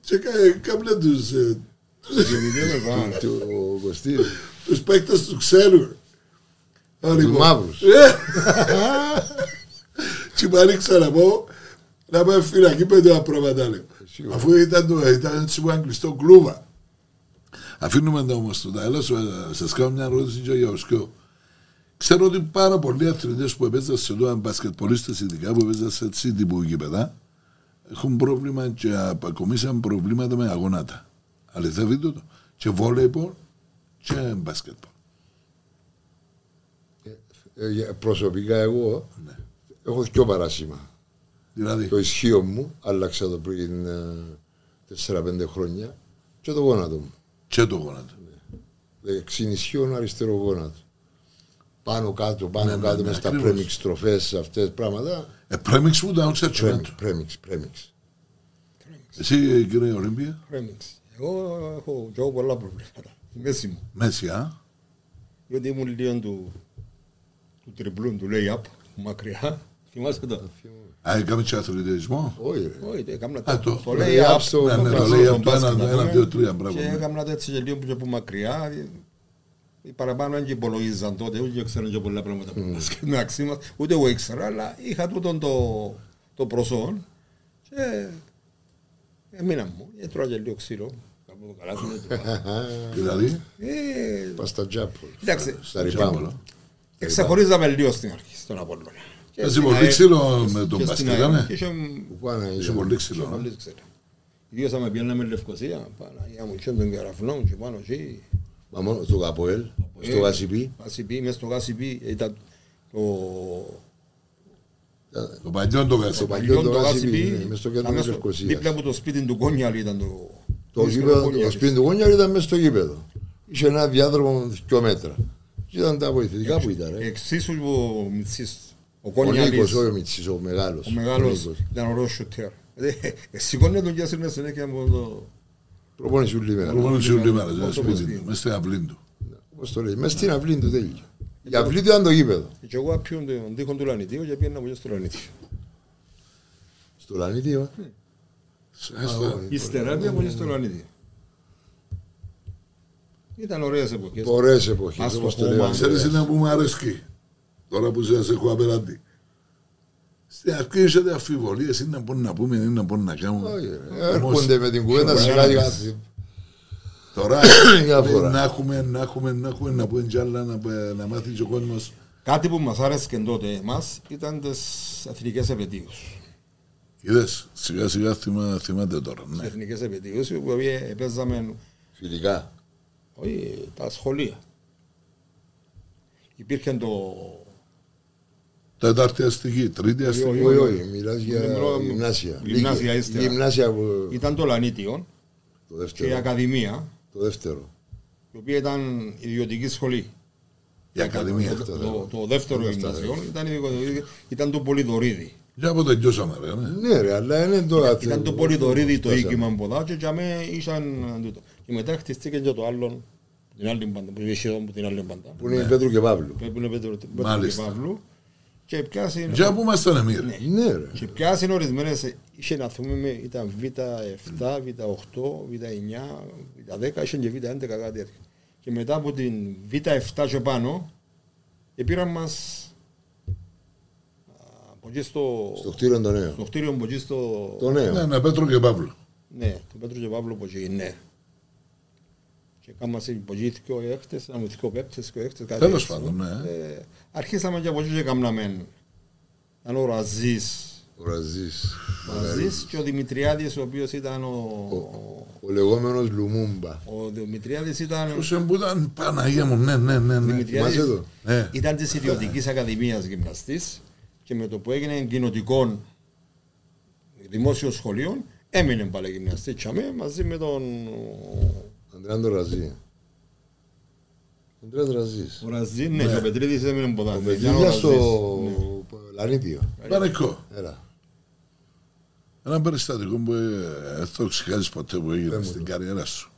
Speaker 2: και κα- κάμνε τους ε,
Speaker 1: Διαιτητή ε, με πάνω.
Speaker 3: του- Ο Κωστής.
Speaker 2: τους παίκτες τους ξέρουν λοιπόν.
Speaker 3: Τους
Speaker 2: Ε,
Speaker 3: μαύρους.
Speaker 2: και μου άνοιξα να πω να με φυλακή με τα πράγματα λέω αφού ήταν, το, ήταν έτσι που ήταν κλειστό κλούβα αφήνουμε το όμως στο τέλος ε, σας κάνω μια ερώτηση και για ο Σκιό Ξέρω ότι πάρα πολλοί αθλητές που έπαιζαν σε εδώ, μπασκετπολίστε ειδικά που έπαιζαν σε έτσι τύπου γήπεδα, έχουν πρόβλημα και αποκομίσαν προβλήματα με αγωνάτα. Αληθεύετε το. Και βόλεϊπολ και μπασκετπολ.
Speaker 3: Ε, για- Προσωπικά εγώ
Speaker 2: Ναι.
Speaker 3: έχω δυο παράσημα.
Speaker 2: Δηλαδή,
Speaker 3: Το ισχύο μου άλλαξα το πριν ε, 4-5 χρόνια και το γόνατο μου.
Speaker 2: και το γόνατο.
Speaker 3: Ε, Δεξιν ισχύον αριστερό γόνατο. πάνω κάτω, πάνω κάτω, μες στα
Speaker 2: ακριβώς.
Speaker 3: premix τροφές, αυτές πράγματα.
Speaker 2: Ε, Premix μου τα όνσα τσιμέντο.
Speaker 3: Premix, premix, premix.
Speaker 2: Εσύ ε, κύριε Ολύμπια,
Speaker 1: Remix. Εγώ έχω και εγώ πολλά προβλήματα. Η μέση μου.
Speaker 2: μέση, α.
Speaker 1: Διότι ήμουν λίγο του, του τριπλούν, του lay-up, μακριά. Θυμάσαι τα.
Speaker 2: Α, έκαμε και αθλητισμό.
Speaker 3: Όχι ρε.
Speaker 1: Όχι, το έκανα
Speaker 2: Α,
Speaker 1: τα.
Speaker 2: το-
Speaker 1: Το
Speaker 2: το
Speaker 1: lay-up.
Speaker 3: στο-
Speaker 1: το
Speaker 2: Ναι, ναι, το
Speaker 1: μπράβο,
Speaker 2: λέει
Speaker 1: στο
Speaker 2: από το
Speaker 1: μπάσκετ,
Speaker 2: ένα,
Speaker 1: να
Speaker 2: ένα,
Speaker 1: πούμε.
Speaker 2: δύο, τρία, μπράβο.
Speaker 1: Και
Speaker 2: ναι.
Speaker 1: έκανα τα έτσι και λίγο πιο που μακριά. Οι παραπάνω δεν και υπολογίζαν τότε, ούτε ήξεραν και πολλά πράγματα από
Speaker 2: Mm.
Speaker 1: το μπάσκετ, μεταξύ μας. Ούτε εγώ ήξερα, αλλά είχα τούτον το, το προσόν και ε, έμεινα μου. Έτρωγα και λίγο ξύλο. κάπου το καλάθι μου, έτσι.
Speaker 2: Δηλαδή,
Speaker 1: Ε,
Speaker 3: Πας στα τζάπολ.
Speaker 1: Εντάξει,
Speaker 3: Στα Ναι. ριπάμπολα.
Speaker 2: τζάπολα.
Speaker 3: ε,
Speaker 1: εξαχωρίζαμε λίγο στην αρχή, στον Απόλλωνα. Και
Speaker 2: Εσύ
Speaker 1: στην
Speaker 2: πολύ
Speaker 1: ΑΕΚ,
Speaker 2: ξύλο με τον
Speaker 1: και στην
Speaker 2: μπάσκετ,
Speaker 1: ΑΕΚ,
Speaker 2: ναι.
Speaker 1: και είχε-
Speaker 3: Που πάνε,
Speaker 2: Είσαι
Speaker 3: ε,
Speaker 2: πολύ ξύλο.
Speaker 1: Ξέρω,
Speaker 2: α.
Speaker 1: όλοι ξέρω. Ιδίως άμα πιέναμε Λευκοσία, Παναγία μου, και τον κεραφνό και πάνω εκεί.
Speaker 3: μα μόνο στο Καποέλ,
Speaker 1: Ε.
Speaker 3: στο Γασιπί.
Speaker 1: Γασιπί, μες στο Γασιπί ήταν το...
Speaker 2: το παλιό το
Speaker 3: Το
Speaker 2: γάσι.
Speaker 3: παλιό.
Speaker 1: παλιόν
Speaker 3: το
Speaker 1: το
Speaker 3: Γασιπί,
Speaker 1: Γασιπί,
Speaker 3: ναι, μες στο κέντρο
Speaker 1: αμέσως
Speaker 3: της Λευκωσίας.
Speaker 1: Δίπλα από το σπίτι του Κόνιαλ ήταν το...
Speaker 3: Το γήπεδο, το
Speaker 1: Κόνιαλης.
Speaker 3: σπίτι του γόνια ήταν μέσα στο γήπεδο. Είχε ένα διάδρομο δυο μέτρα. Και ήταν τα βοηθητικά που ήταν. ρε.
Speaker 1: Εξίσου ο Μιτσής, ο
Speaker 3: Ο Νίκος,
Speaker 1: Κόνιαλης,
Speaker 3: όχι ο Μιτσής, ο μεγάλος.
Speaker 1: ο μεγάλος,
Speaker 3: Ο Νίκος.
Speaker 1: ήταν ωραίος σουτέρ. Ε, Σηκώνε τον και έσυρνε συνέχεια από το...
Speaker 3: Προπόνηση όλη μέρα.
Speaker 2: Προηγούμενη σου
Speaker 1: Λίγο.
Speaker 3: ναι,
Speaker 2: λίμερα, ένα
Speaker 1: Όσο
Speaker 2: σπίτι
Speaker 1: μπορεί.
Speaker 2: του, μέσα στην αυλή του.
Speaker 3: Πώς το λέει, μέσα στην αυλή του τέλειωσε. Η αυλή του ήταν το γήπεδο.
Speaker 1: Και εγώ άπιον τον τοίχο του Λανιτίου και πήγαινα πολύ στο Λανιτίο.
Speaker 3: Στο ε. Λανίδιο.
Speaker 2: Έστα.
Speaker 1: Ύστερα πήγα πολύ στο Λανιτίο. Ήταν ωραίες εποχές.
Speaker 3: Ωραίες εποχές,
Speaker 1: Ας
Speaker 3: όπως
Speaker 1: το
Speaker 3: το Ε,
Speaker 1: πούμε,
Speaker 3: λέγαμε.
Speaker 2: Ξέρεις είναι που μου αρέσκει. Τώρα που σας έχω απέναντι. Στην αρχή είχατε αφιβολίες, είναι να μπορούμε να πούμε, είναι να μπορούμε να
Speaker 3: Όχι,
Speaker 2: κάνουμε.
Speaker 3: ρε.
Speaker 2: Όμως,
Speaker 3: Έρχονται με την κουβέντα σε κάτι κάθε-
Speaker 2: Τώρα
Speaker 3: Διάφορα.
Speaker 2: να έχουμε, να έχουμε, να έχουμε, να πούμε κι άλλα, να, να μάθει και ο κόσμος.
Speaker 1: Κάτι που μας άρεσε τότε εμάς ήταν τις εθνικές επαιτίους.
Speaker 2: Είδες, σιγά σιγά θυμά, θυμάται τώρα.
Speaker 1: Τις
Speaker 2: Ναι.
Speaker 1: εθνικές επαιτίους, οι οποίες παίζαμε
Speaker 3: Φιλικά.
Speaker 1: όχι, τα σχολεία. Υπήρχε το...
Speaker 2: Τέταρτη αστική, τρίτη αστική.
Speaker 3: Όχι, όχι, μιλάς για
Speaker 1: Δεν μιλώ-
Speaker 3: γυμνάσια.
Speaker 1: Γυμνάσια,
Speaker 3: Λίγη.
Speaker 1: ύστερα.
Speaker 3: Γυμνάσια που-
Speaker 1: Ήταν το Λανίτιο και
Speaker 3: το
Speaker 1: η
Speaker 3: δεύτερο.
Speaker 1: Ακαδημία,
Speaker 3: Το δεύτερο.
Speaker 1: η οποία ήταν ιδιωτική σχολή.
Speaker 2: Η Ακαδημία.
Speaker 1: Το, το, το δεύτερο γυμνασιό ήταν, η- ήταν το Πολυδωρίδη.
Speaker 2: Για πότε τελειώσαμε ρε. Ναι.
Speaker 3: Ναι ρε, αλλά είναι το αθλητικό.
Speaker 1: Ήταν το Πολυδωρίδη το οίκημα που δάτσο και αμέ ήσαν τούτο. Και μετά χτιστήκε και το άλλο, την άλλη πάντα, που είχε εδώ που την άλλη πάντα.
Speaker 3: Που είναι Πέτρου και Παύλου.
Speaker 1: Πρέπει να πέτρω την
Speaker 2: Μάλιστα.
Speaker 1: Παύλου. Και πιάσει
Speaker 2: Για που ήμασταν εμείς ρε.
Speaker 3: Ναι ρε.
Speaker 1: και πιάσει ορισμένες, είχε να θυμούμε, ήταν Β7, Β8, Β9, Β10, είχε και Β11 κάτι τέτοιο. Και μετά από την Β7 και πάνω, επήραν μας α, από εκεί στο,
Speaker 3: Στο κτίριο το νέο.
Speaker 1: στο κτίριο, από εκεί στο...
Speaker 3: Το
Speaker 2: Ναι,
Speaker 3: νέο.
Speaker 2: ναι, Πέτρο και Παύλο.
Speaker 1: Ναι, τον Πέτρο και Παύλο που εκεί, ναι. Και κάμμα σε υπογείθηκε ο έκτες, να μου δικό πέπτες και ο έκτες. κάτι
Speaker 2: Τέλος
Speaker 1: έτσι.
Speaker 2: πάντων, ναι.
Speaker 1: Ε, αρχίσαμε και από εκεί και κάμναμε. Ήταν ο Ραζής.
Speaker 3: Ο Ραζής.
Speaker 1: Ο Ραζής και ο Δημητριάδης, ο οποίος ήταν ο...
Speaker 3: Ο λεγόμενος Λουμούμπα.
Speaker 1: Ο Δημητριάδης ήταν...
Speaker 2: Τους εμπούταν Παναγία μου, ναι, ναι, ναι. ναι.
Speaker 1: Δημητριάδης
Speaker 3: θυμάσαι το?
Speaker 2: Ναι.
Speaker 1: ήταν της Ιδιωτικής Ακαδημίας γυμναστής και με το που έγινε κοινοτικών δημόσιων σχολείων έμεινε πάλι γυμναστή τσαμέ μαζί με τον
Speaker 3: Αντρέαν το Ραζί. Αντρέας Ραζής.
Speaker 1: Ο Ραζί, ναι, και ο Πετρίδης έμεινε ποτέ.
Speaker 3: Ο
Speaker 1: Ο
Speaker 3: Πετρίλια
Speaker 1: Ραζής,
Speaker 3: στο
Speaker 1: ναι.
Speaker 3: Λανίδιο.
Speaker 2: Πανεκκό.
Speaker 3: Έλα.
Speaker 2: Ένα περιστατικό που ε, δεν το ξεχάσεις ποτέ που έγινε
Speaker 3: μου
Speaker 2: στην καριέρα σου.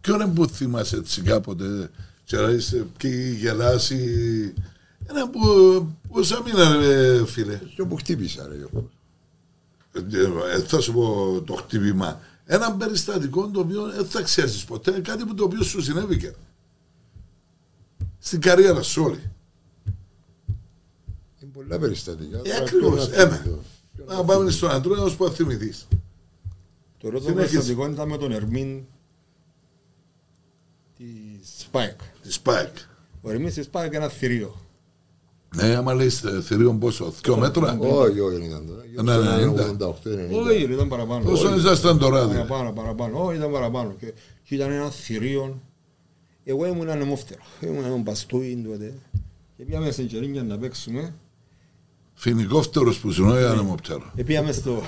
Speaker 2: Ποιον είναι που θυμάσαι έτσι κάποτε, ξέρεις, ε, ποιοι γελάς ή... Ένα που, πόσα μήνα ρε φίλε.
Speaker 3: Και όπου χτύπησα ρε Γιώργος.
Speaker 2: Ε, ε, θα σου πω το χτύπημα. Ένα περιστατικό το οποίο δεν θα ξέρεις ποτέ, κάτι που το οποίο σου συνέβηκε. Στην καριέρα σου όλη.
Speaker 3: Είναι πολλά περιστατικά.
Speaker 2: Ε,
Speaker 3: Τώρα,
Speaker 2: ακριβώς,
Speaker 3: ποιον να
Speaker 2: ένα.
Speaker 3: θυμηθώ.
Speaker 2: Να πάμε στον Αντρέα ώσπου να θυμηθείς.
Speaker 1: Το πρώτο
Speaker 2: Συνέχισε.
Speaker 1: περιστατικό ήταν με τον Ερμήν της ΣΠΑΕΚ.
Speaker 2: Τη ΣΠΑΕΚ.
Speaker 1: Ο Ερμήν της ΣΠΑΕΚ ένα θηρίο.
Speaker 2: Ναι, άμα λες ε, θηρίων πόσο, δυο μέτρα.
Speaker 3: Όχι, όχι, δεν ήταν τώρα.
Speaker 2: Ναι, ναι, ναι, ήταν.
Speaker 3: Ήταν 88-90.
Speaker 1: Όχι, ρε, ήταν παραπάνω.
Speaker 2: Πόσο
Speaker 1: Όχι,
Speaker 2: ήσασταν το ράδιο.
Speaker 1: Παραπάνω, παραπάνω. Όχι, ήταν παραπάνω. Και, και ήταν ένα θηρίο. Εγώ ήμουν ανεμόφτερο. Ήμουν έναν μπαστούιν τότε. Και πήγαμε στην Κερίνια να παίξουμε.
Speaker 2: Φινικόφτερος που συνόησε ανεμοπτέρο.
Speaker 1: Επίαμε στο...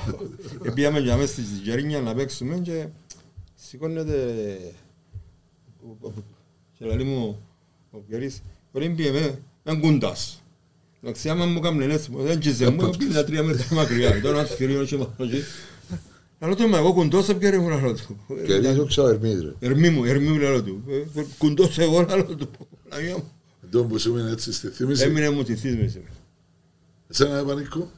Speaker 1: Επίαμε για μέσα στη Γερίνια να παίξουμε και σηκώνεται... ο- ο- Και λέει μου, Ο Πιέρης, πριν πήγε με, ήταν κούντας. Εντάξει, άμα μου έκαμε έτσι, δεν τσιζε μου, πήγε τρία μέτρα μακριά. Τώρα ένας κυρίο και μαζί. Λαλό του, μα εγώ κουντός Πιέρη μου, λαλό του.
Speaker 2: ναι.
Speaker 3: Κερδίζω ξαερμίδι, ρε.
Speaker 1: Ερμή μου, ερμή μου, λαλό του. Ε, Κουντός εγώ, λαλό του. Λαγιά μου.
Speaker 2: Τον που σου έμεινε έτσι στη θύμηση.
Speaker 1: Έμεινε μου τη θύμηση.
Speaker 2: Εσένα, Πανίκο.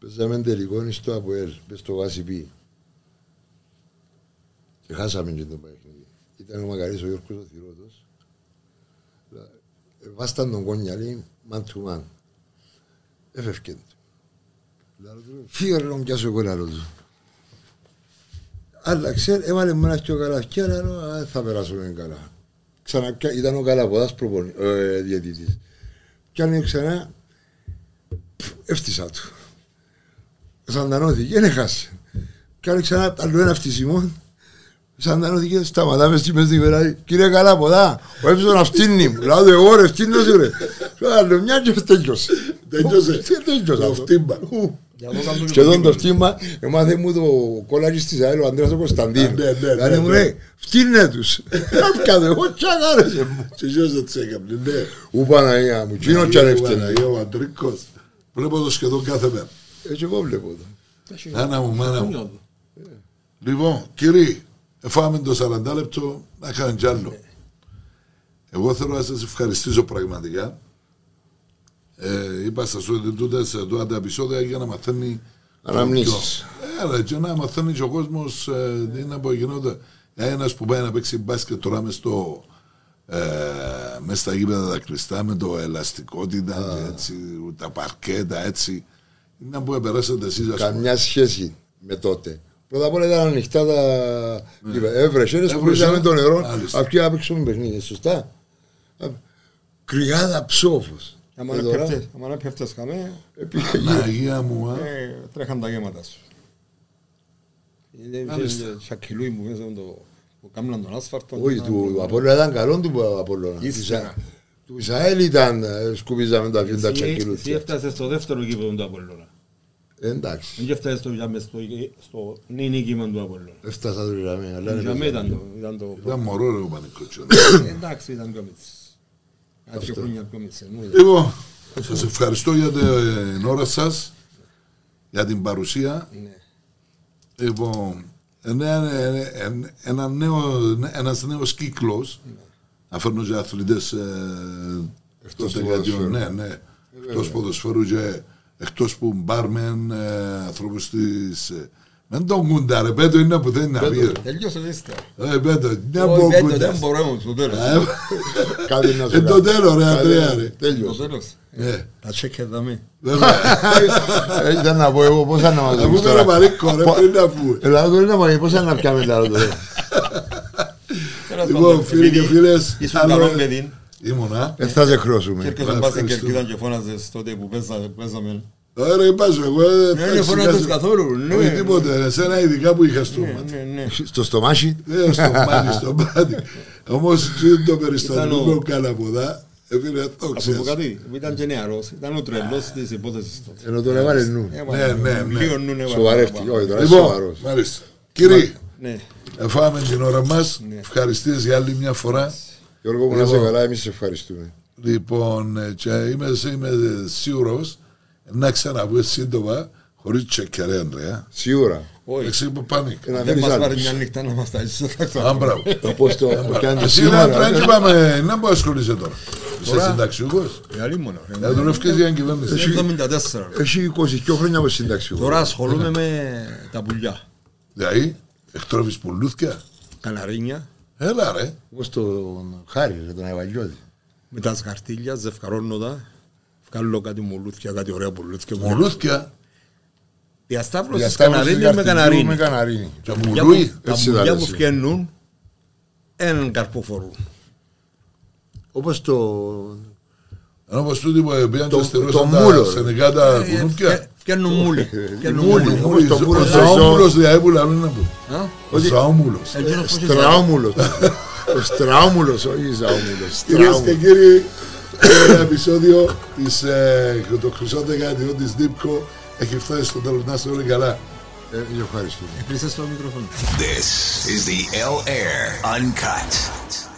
Speaker 3: Παίζαμε τελικό στο Αποέλ, μες στο Βάσιπι. Και χάσαμε και το παιχνίδι. Ήταν ο Μακαρίς ο Γιώργος ο Θηρότος. Ε, Βάσταν τον Κόνιαλή, man to man. Έφευκε του. Λαλό του, Φύγε ρε να μου πιάσω εγώ λαλό του. Άλλαξε, έβαλε μόνα και ο Καλαφκιά, λέω, «Α, θα περάσουμε καλά. Ξανά, ήταν ο Καλαποδάς προπονη- ε, διαιτητής. Πιάνε ξανά, πφ, έφτισα του. Σαντανώθηκε, δεν έχασε. Κάνε ξανά άλλο ένα φτισιμό. Σαντανώθηκε, σταματάμε στη μέση περάει. Κύριε καλά, ποδά, ο έψον αυτήνει μου. Λάω δε ώρα, ευθύνος ρε. Σου άλλο μια και τέλειωσε.
Speaker 2: Τέλειωσε.
Speaker 3: Τε- Τέλειωσε.
Speaker 2: Το
Speaker 3: αυτό.
Speaker 2: φτύμπα.
Speaker 3: Σχεδόν το φτύμα, εμάθε μου το κολλάκι της ΑΕΛ, ο Ανδρέας ο Κωνσταντίνου.
Speaker 2: Ναι, ναι, ναι,
Speaker 3: Δηλαδή μου
Speaker 2: ναι.
Speaker 3: λέει, φτύνε τους. Κάποια δε, εγώ τσαγάρεσε μου. Ναι,
Speaker 2: Και γιος δεν τις έκαμε, ναι. Ε,
Speaker 3: Ου Παναγία μου, κοινό κι αν έφταινα.
Speaker 2: Ο Αντρίκος. Βλέπω το σχεδόν κάθε μέρα.
Speaker 3: Έτσι Ε, εγώ βλέπω το.
Speaker 2: Άνα μου, μάνα μου. Λοιπόν, κύριοι, φάμε το 40 λεπτό να κάνουμε κι άλλο. Εγώ θέλω να σας ευχαριστήσω πραγματικά. Ε, είπα σας ότι τούτες, ε, τούτα τα επεισόδια για να μαθαίνει
Speaker 3: Αναμνήσεις.
Speaker 2: Ε, ρε, και να μαθαίνει και ο κόσμος ε, τι είναι που γινόταν. Ε, Ένας που πάει να παίξει μπάσκετ τώρα μες στο ε, μες στα γήπεδα τα κλειστά με το ελαστικότητα και έτσι, τα παρκέτα έτσι. Είναι να που επεράσατε εσείς ας πούμε.
Speaker 3: καμιά σχέση με τότε. Πρώτα απ' όλα ήταν ανοιχτά τα. Ναι. Έβρεχε, ένα που
Speaker 2: Έβρεσε,
Speaker 3: ήταν το νερό,
Speaker 2: μάλιστα.
Speaker 3: αυτοί άπαιξαν παιχνίδια, σωστά. Κρυάδα ψόφο.
Speaker 1: Άμα να πιαφτές- άμα να πιαφτές καμέ,
Speaker 3: ε,
Speaker 2: Αγία μου, α.
Speaker 1: Ε, τρέχαν τα γέματα σου.
Speaker 2: Μάλιστα.
Speaker 1: Σακυλούι μου, μέσα με το που κάμναν τον άσφαλτο.
Speaker 3: Όχι, του Απόλλωνα ήταν καλό του Απόλλωνα.
Speaker 1: Ύστερα.
Speaker 3: Της- Του Ισαέλ ήταν, ε, σκουπίζαμε τα
Speaker 1: Εσύ-
Speaker 3: βιντά
Speaker 1: Εσύ
Speaker 3: τσακιλούτσια.
Speaker 1: έφτασες στο δεύτερο γήπεδο του Απολλώνα.
Speaker 3: Εντάξει.
Speaker 1: Δεν έφτασες στο, για μες στο, στο νίνι γήπεδο του Απολλώνα.
Speaker 3: Έφτασα το γραμμή, αλλά
Speaker 1: Για μένα
Speaker 3: δεν
Speaker 1: ήταν το- ήταν το...
Speaker 2: Ήταν μωρό ρε ο Πανικότσιος.
Speaker 1: Εντάξει, ήταν πιο μίτσις. Α, Δύο χρόνια πιο μίτσις. μου είδε.
Speaker 2: Λοιπόν, σας ευχαριστώ για την ώρα σας, για την παρουσία.
Speaker 1: Ναι.
Speaker 2: Λοιπόν, ένα, ένα νέο, ένας νέος κύκλος, να φέρνω και αθλητές ε,
Speaker 3: Εκτός
Speaker 2: τότε
Speaker 3: του
Speaker 2: γιατί-
Speaker 3: ποδοσφαίρου.
Speaker 2: ναι, ναι, εκτός ποδοσφαίρου και εκτός που μπάρμεν, ε, ανθρώπους της... ε, Μην τον κούντα ρε, πέτω είναι που θέλει να πει.
Speaker 1: Τελειώσε ύστερα.
Speaker 2: Ε, πέτω, δεν
Speaker 1: Όχι,
Speaker 2: μπορεί
Speaker 1: δεν-
Speaker 2: ο
Speaker 1: Δεν
Speaker 2: κούντας.
Speaker 1: μπορώ εγώ, στο τέλος.
Speaker 2: Ε,
Speaker 3: Κάτι να
Speaker 2: Ε,
Speaker 3: σου
Speaker 2: το τέλος, ρε,
Speaker 3: Κάτι
Speaker 2: Αντρέα,
Speaker 3: να-
Speaker 2: ρε.
Speaker 1: Το
Speaker 3: Τέλειωσε.
Speaker 1: τέλος.
Speaker 2: ναι,
Speaker 1: Τα τσέκια δαμε.
Speaker 2: βέβαια.
Speaker 3: Ε, Ήταν να πω εγώ πόσα να μας
Speaker 2: Θα πούμε
Speaker 3: δώσεις
Speaker 2: ρε
Speaker 3: τώρα.
Speaker 2: Μαρίκο, ρε, πριν να πούμε.
Speaker 3: Ελά, δεν είναι μόνο πόσα να πιάμε τα ρόλια.
Speaker 2: Λοιπόν, φίλοι και φίλες,
Speaker 1: Ήσουν
Speaker 2: άλλο-
Speaker 1: καλό παιδί.
Speaker 2: Ήμουνα.
Speaker 3: Δεν Ε, θα σε
Speaker 1: Και
Speaker 3: χρώσουμε.
Speaker 1: έρχεσαι μπας στην
Speaker 2: Ευχαριστώ. Ναι,
Speaker 1: Κερκίδα και φώναζες τότε που παίζα- παίζαμε.
Speaker 2: Ωραία, είπα σου, εγώ ε,
Speaker 1: Ναι,
Speaker 2: θα
Speaker 1: δεν φωνάζεις
Speaker 2: ξεχάσω-
Speaker 1: καθόλου. ναι.
Speaker 2: Όχι τίποτε, εσένα ειδικά που είχα στόμα.
Speaker 1: Ναι, ναι.
Speaker 3: Στο στομάχι.
Speaker 2: Ε, στο μάτι, στο μάτι. Όμως το περιστατικό
Speaker 1: Ήταν ο-
Speaker 2: που έκανα ποδά, έφυγε το
Speaker 1: Να σου πω
Speaker 2: ξέρεις.
Speaker 1: κάτι, ήταν και νεαρός, ήταν ο τρελός της υπόθεσης τότε.
Speaker 3: Ενώ τώρα έβαλε νου.
Speaker 1: Ε, Έβαλε
Speaker 2: ναι, ναι.
Speaker 1: λίγο νου, έβαλε.
Speaker 3: Σοβαρεύτηκε. Όχι, τώρα είναι
Speaker 2: Λοιπόν,
Speaker 3: σοβαρός.
Speaker 2: μάλιστα. Κύριοι,
Speaker 1: Ναι.
Speaker 2: εφάμε την ώρα μας. Ευχαριστίες για άλλη μια φορά.
Speaker 3: Γιώργο μου, να σε καλά, εμείς σε ευχαριστούμε.
Speaker 2: Λοιπόν, ε, και είμαι, είμαι ε, σίγουρος να ξαναβγεί σύντομα, χωρίς τσεκερέ, Ανδρέα.
Speaker 3: Σίγουρα.
Speaker 1: Όχι,
Speaker 2: Εσύ που πάνηκα.
Speaker 3: Και να
Speaker 1: δεν
Speaker 3: φέρεις
Speaker 1: μας πάρει
Speaker 3: άλλους.
Speaker 1: μια νύχτα να μας τα ζήσει.
Speaker 2: Α, μπράβο.
Speaker 3: Ε,
Speaker 2: Ε,
Speaker 3: Το πώς το πιάνει
Speaker 2: Εσύ είναι
Speaker 3: σήμερα. Ε,
Speaker 2: αντράκι, πάμε, να μου ασχολείσαι τώρα. Είσαι συνταξιούχος.
Speaker 1: Καλή μόνο. Ε, ρε. ναι.
Speaker 2: Να τον ευκείς για Δηλαδή, να κυβέρνησες.
Speaker 1: 74.
Speaker 3: Έχει 22 χρόνια από σύνταξη.
Speaker 1: Τώρα ασχολούμαι με τα πουλιά.
Speaker 2: Δηλαδή, εκτρόφεις πουλούθκια.
Speaker 1: Καναρίνια,
Speaker 2: Έλα ρε.
Speaker 3: Όπως τον Χάρη, ρε, τον Αβαλιώτη.
Speaker 1: με τα σκαρτίλια, ζευκαρώνω τα. Βγάλω κάτι μολούθια, κάτι ωραία μολούθια.
Speaker 2: Πουλούθκια.
Speaker 1: Διασταύρωση της Καναρίνιας με
Speaker 3: Διασταύρωση
Speaker 1: Καναρίνια.
Speaker 3: Καναρίνη.
Speaker 2: Και
Speaker 1: Για που-
Speaker 2: πουλούι.
Speaker 1: Τα
Speaker 3: Έτσι θα
Speaker 1: πουλιά
Speaker 3: λες,
Speaker 1: που
Speaker 3: εσύ.
Speaker 1: φτιάχνουν, έναν καρποφορούν.
Speaker 3: Όπως το...
Speaker 2: Ενώ πως τούτοι που πήγαν
Speaker 3: Το-
Speaker 2: και στερούσαν
Speaker 3: το
Speaker 2: τα
Speaker 3: μούλο, ρε.
Speaker 2: σενικά τα
Speaker 1: Ε,
Speaker 2: κουνούφκια.
Speaker 1: φκε- Φτιάχνουν μούλι. Φτιάχνουν
Speaker 3: μούλι.
Speaker 1: μούλι.
Speaker 3: όπως το μούλο Ε,
Speaker 2: Ο
Speaker 3: στο
Speaker 2: Ζαόμουλος δηλαδή που λέμε να πούμε.
Speaker 1: Α,
Speaker 2: Ο Ζαόμουλος.
Speaker 1: εκείνος που έχει
Speaker 3: Στράουμουλος. Ο Στράουμουλος, όχι η Ζαούμουλος.
Speaker 2: Κυρίες και
Speaker 3: Στράουμουλος.
Speaker 2: κύριοι, ένα επεισόδιο της, ε, το χρυσό δεκαετιό της Δίπκο έχει φτάσει στο τέλος. Να είστε όλοι καλά.
Speaker 3: Ε, Ευχαριστούμε.
Speaker 1: Πλησιάζει το μικρόφωνο.
Speaker 4: This is the L Air Uncut.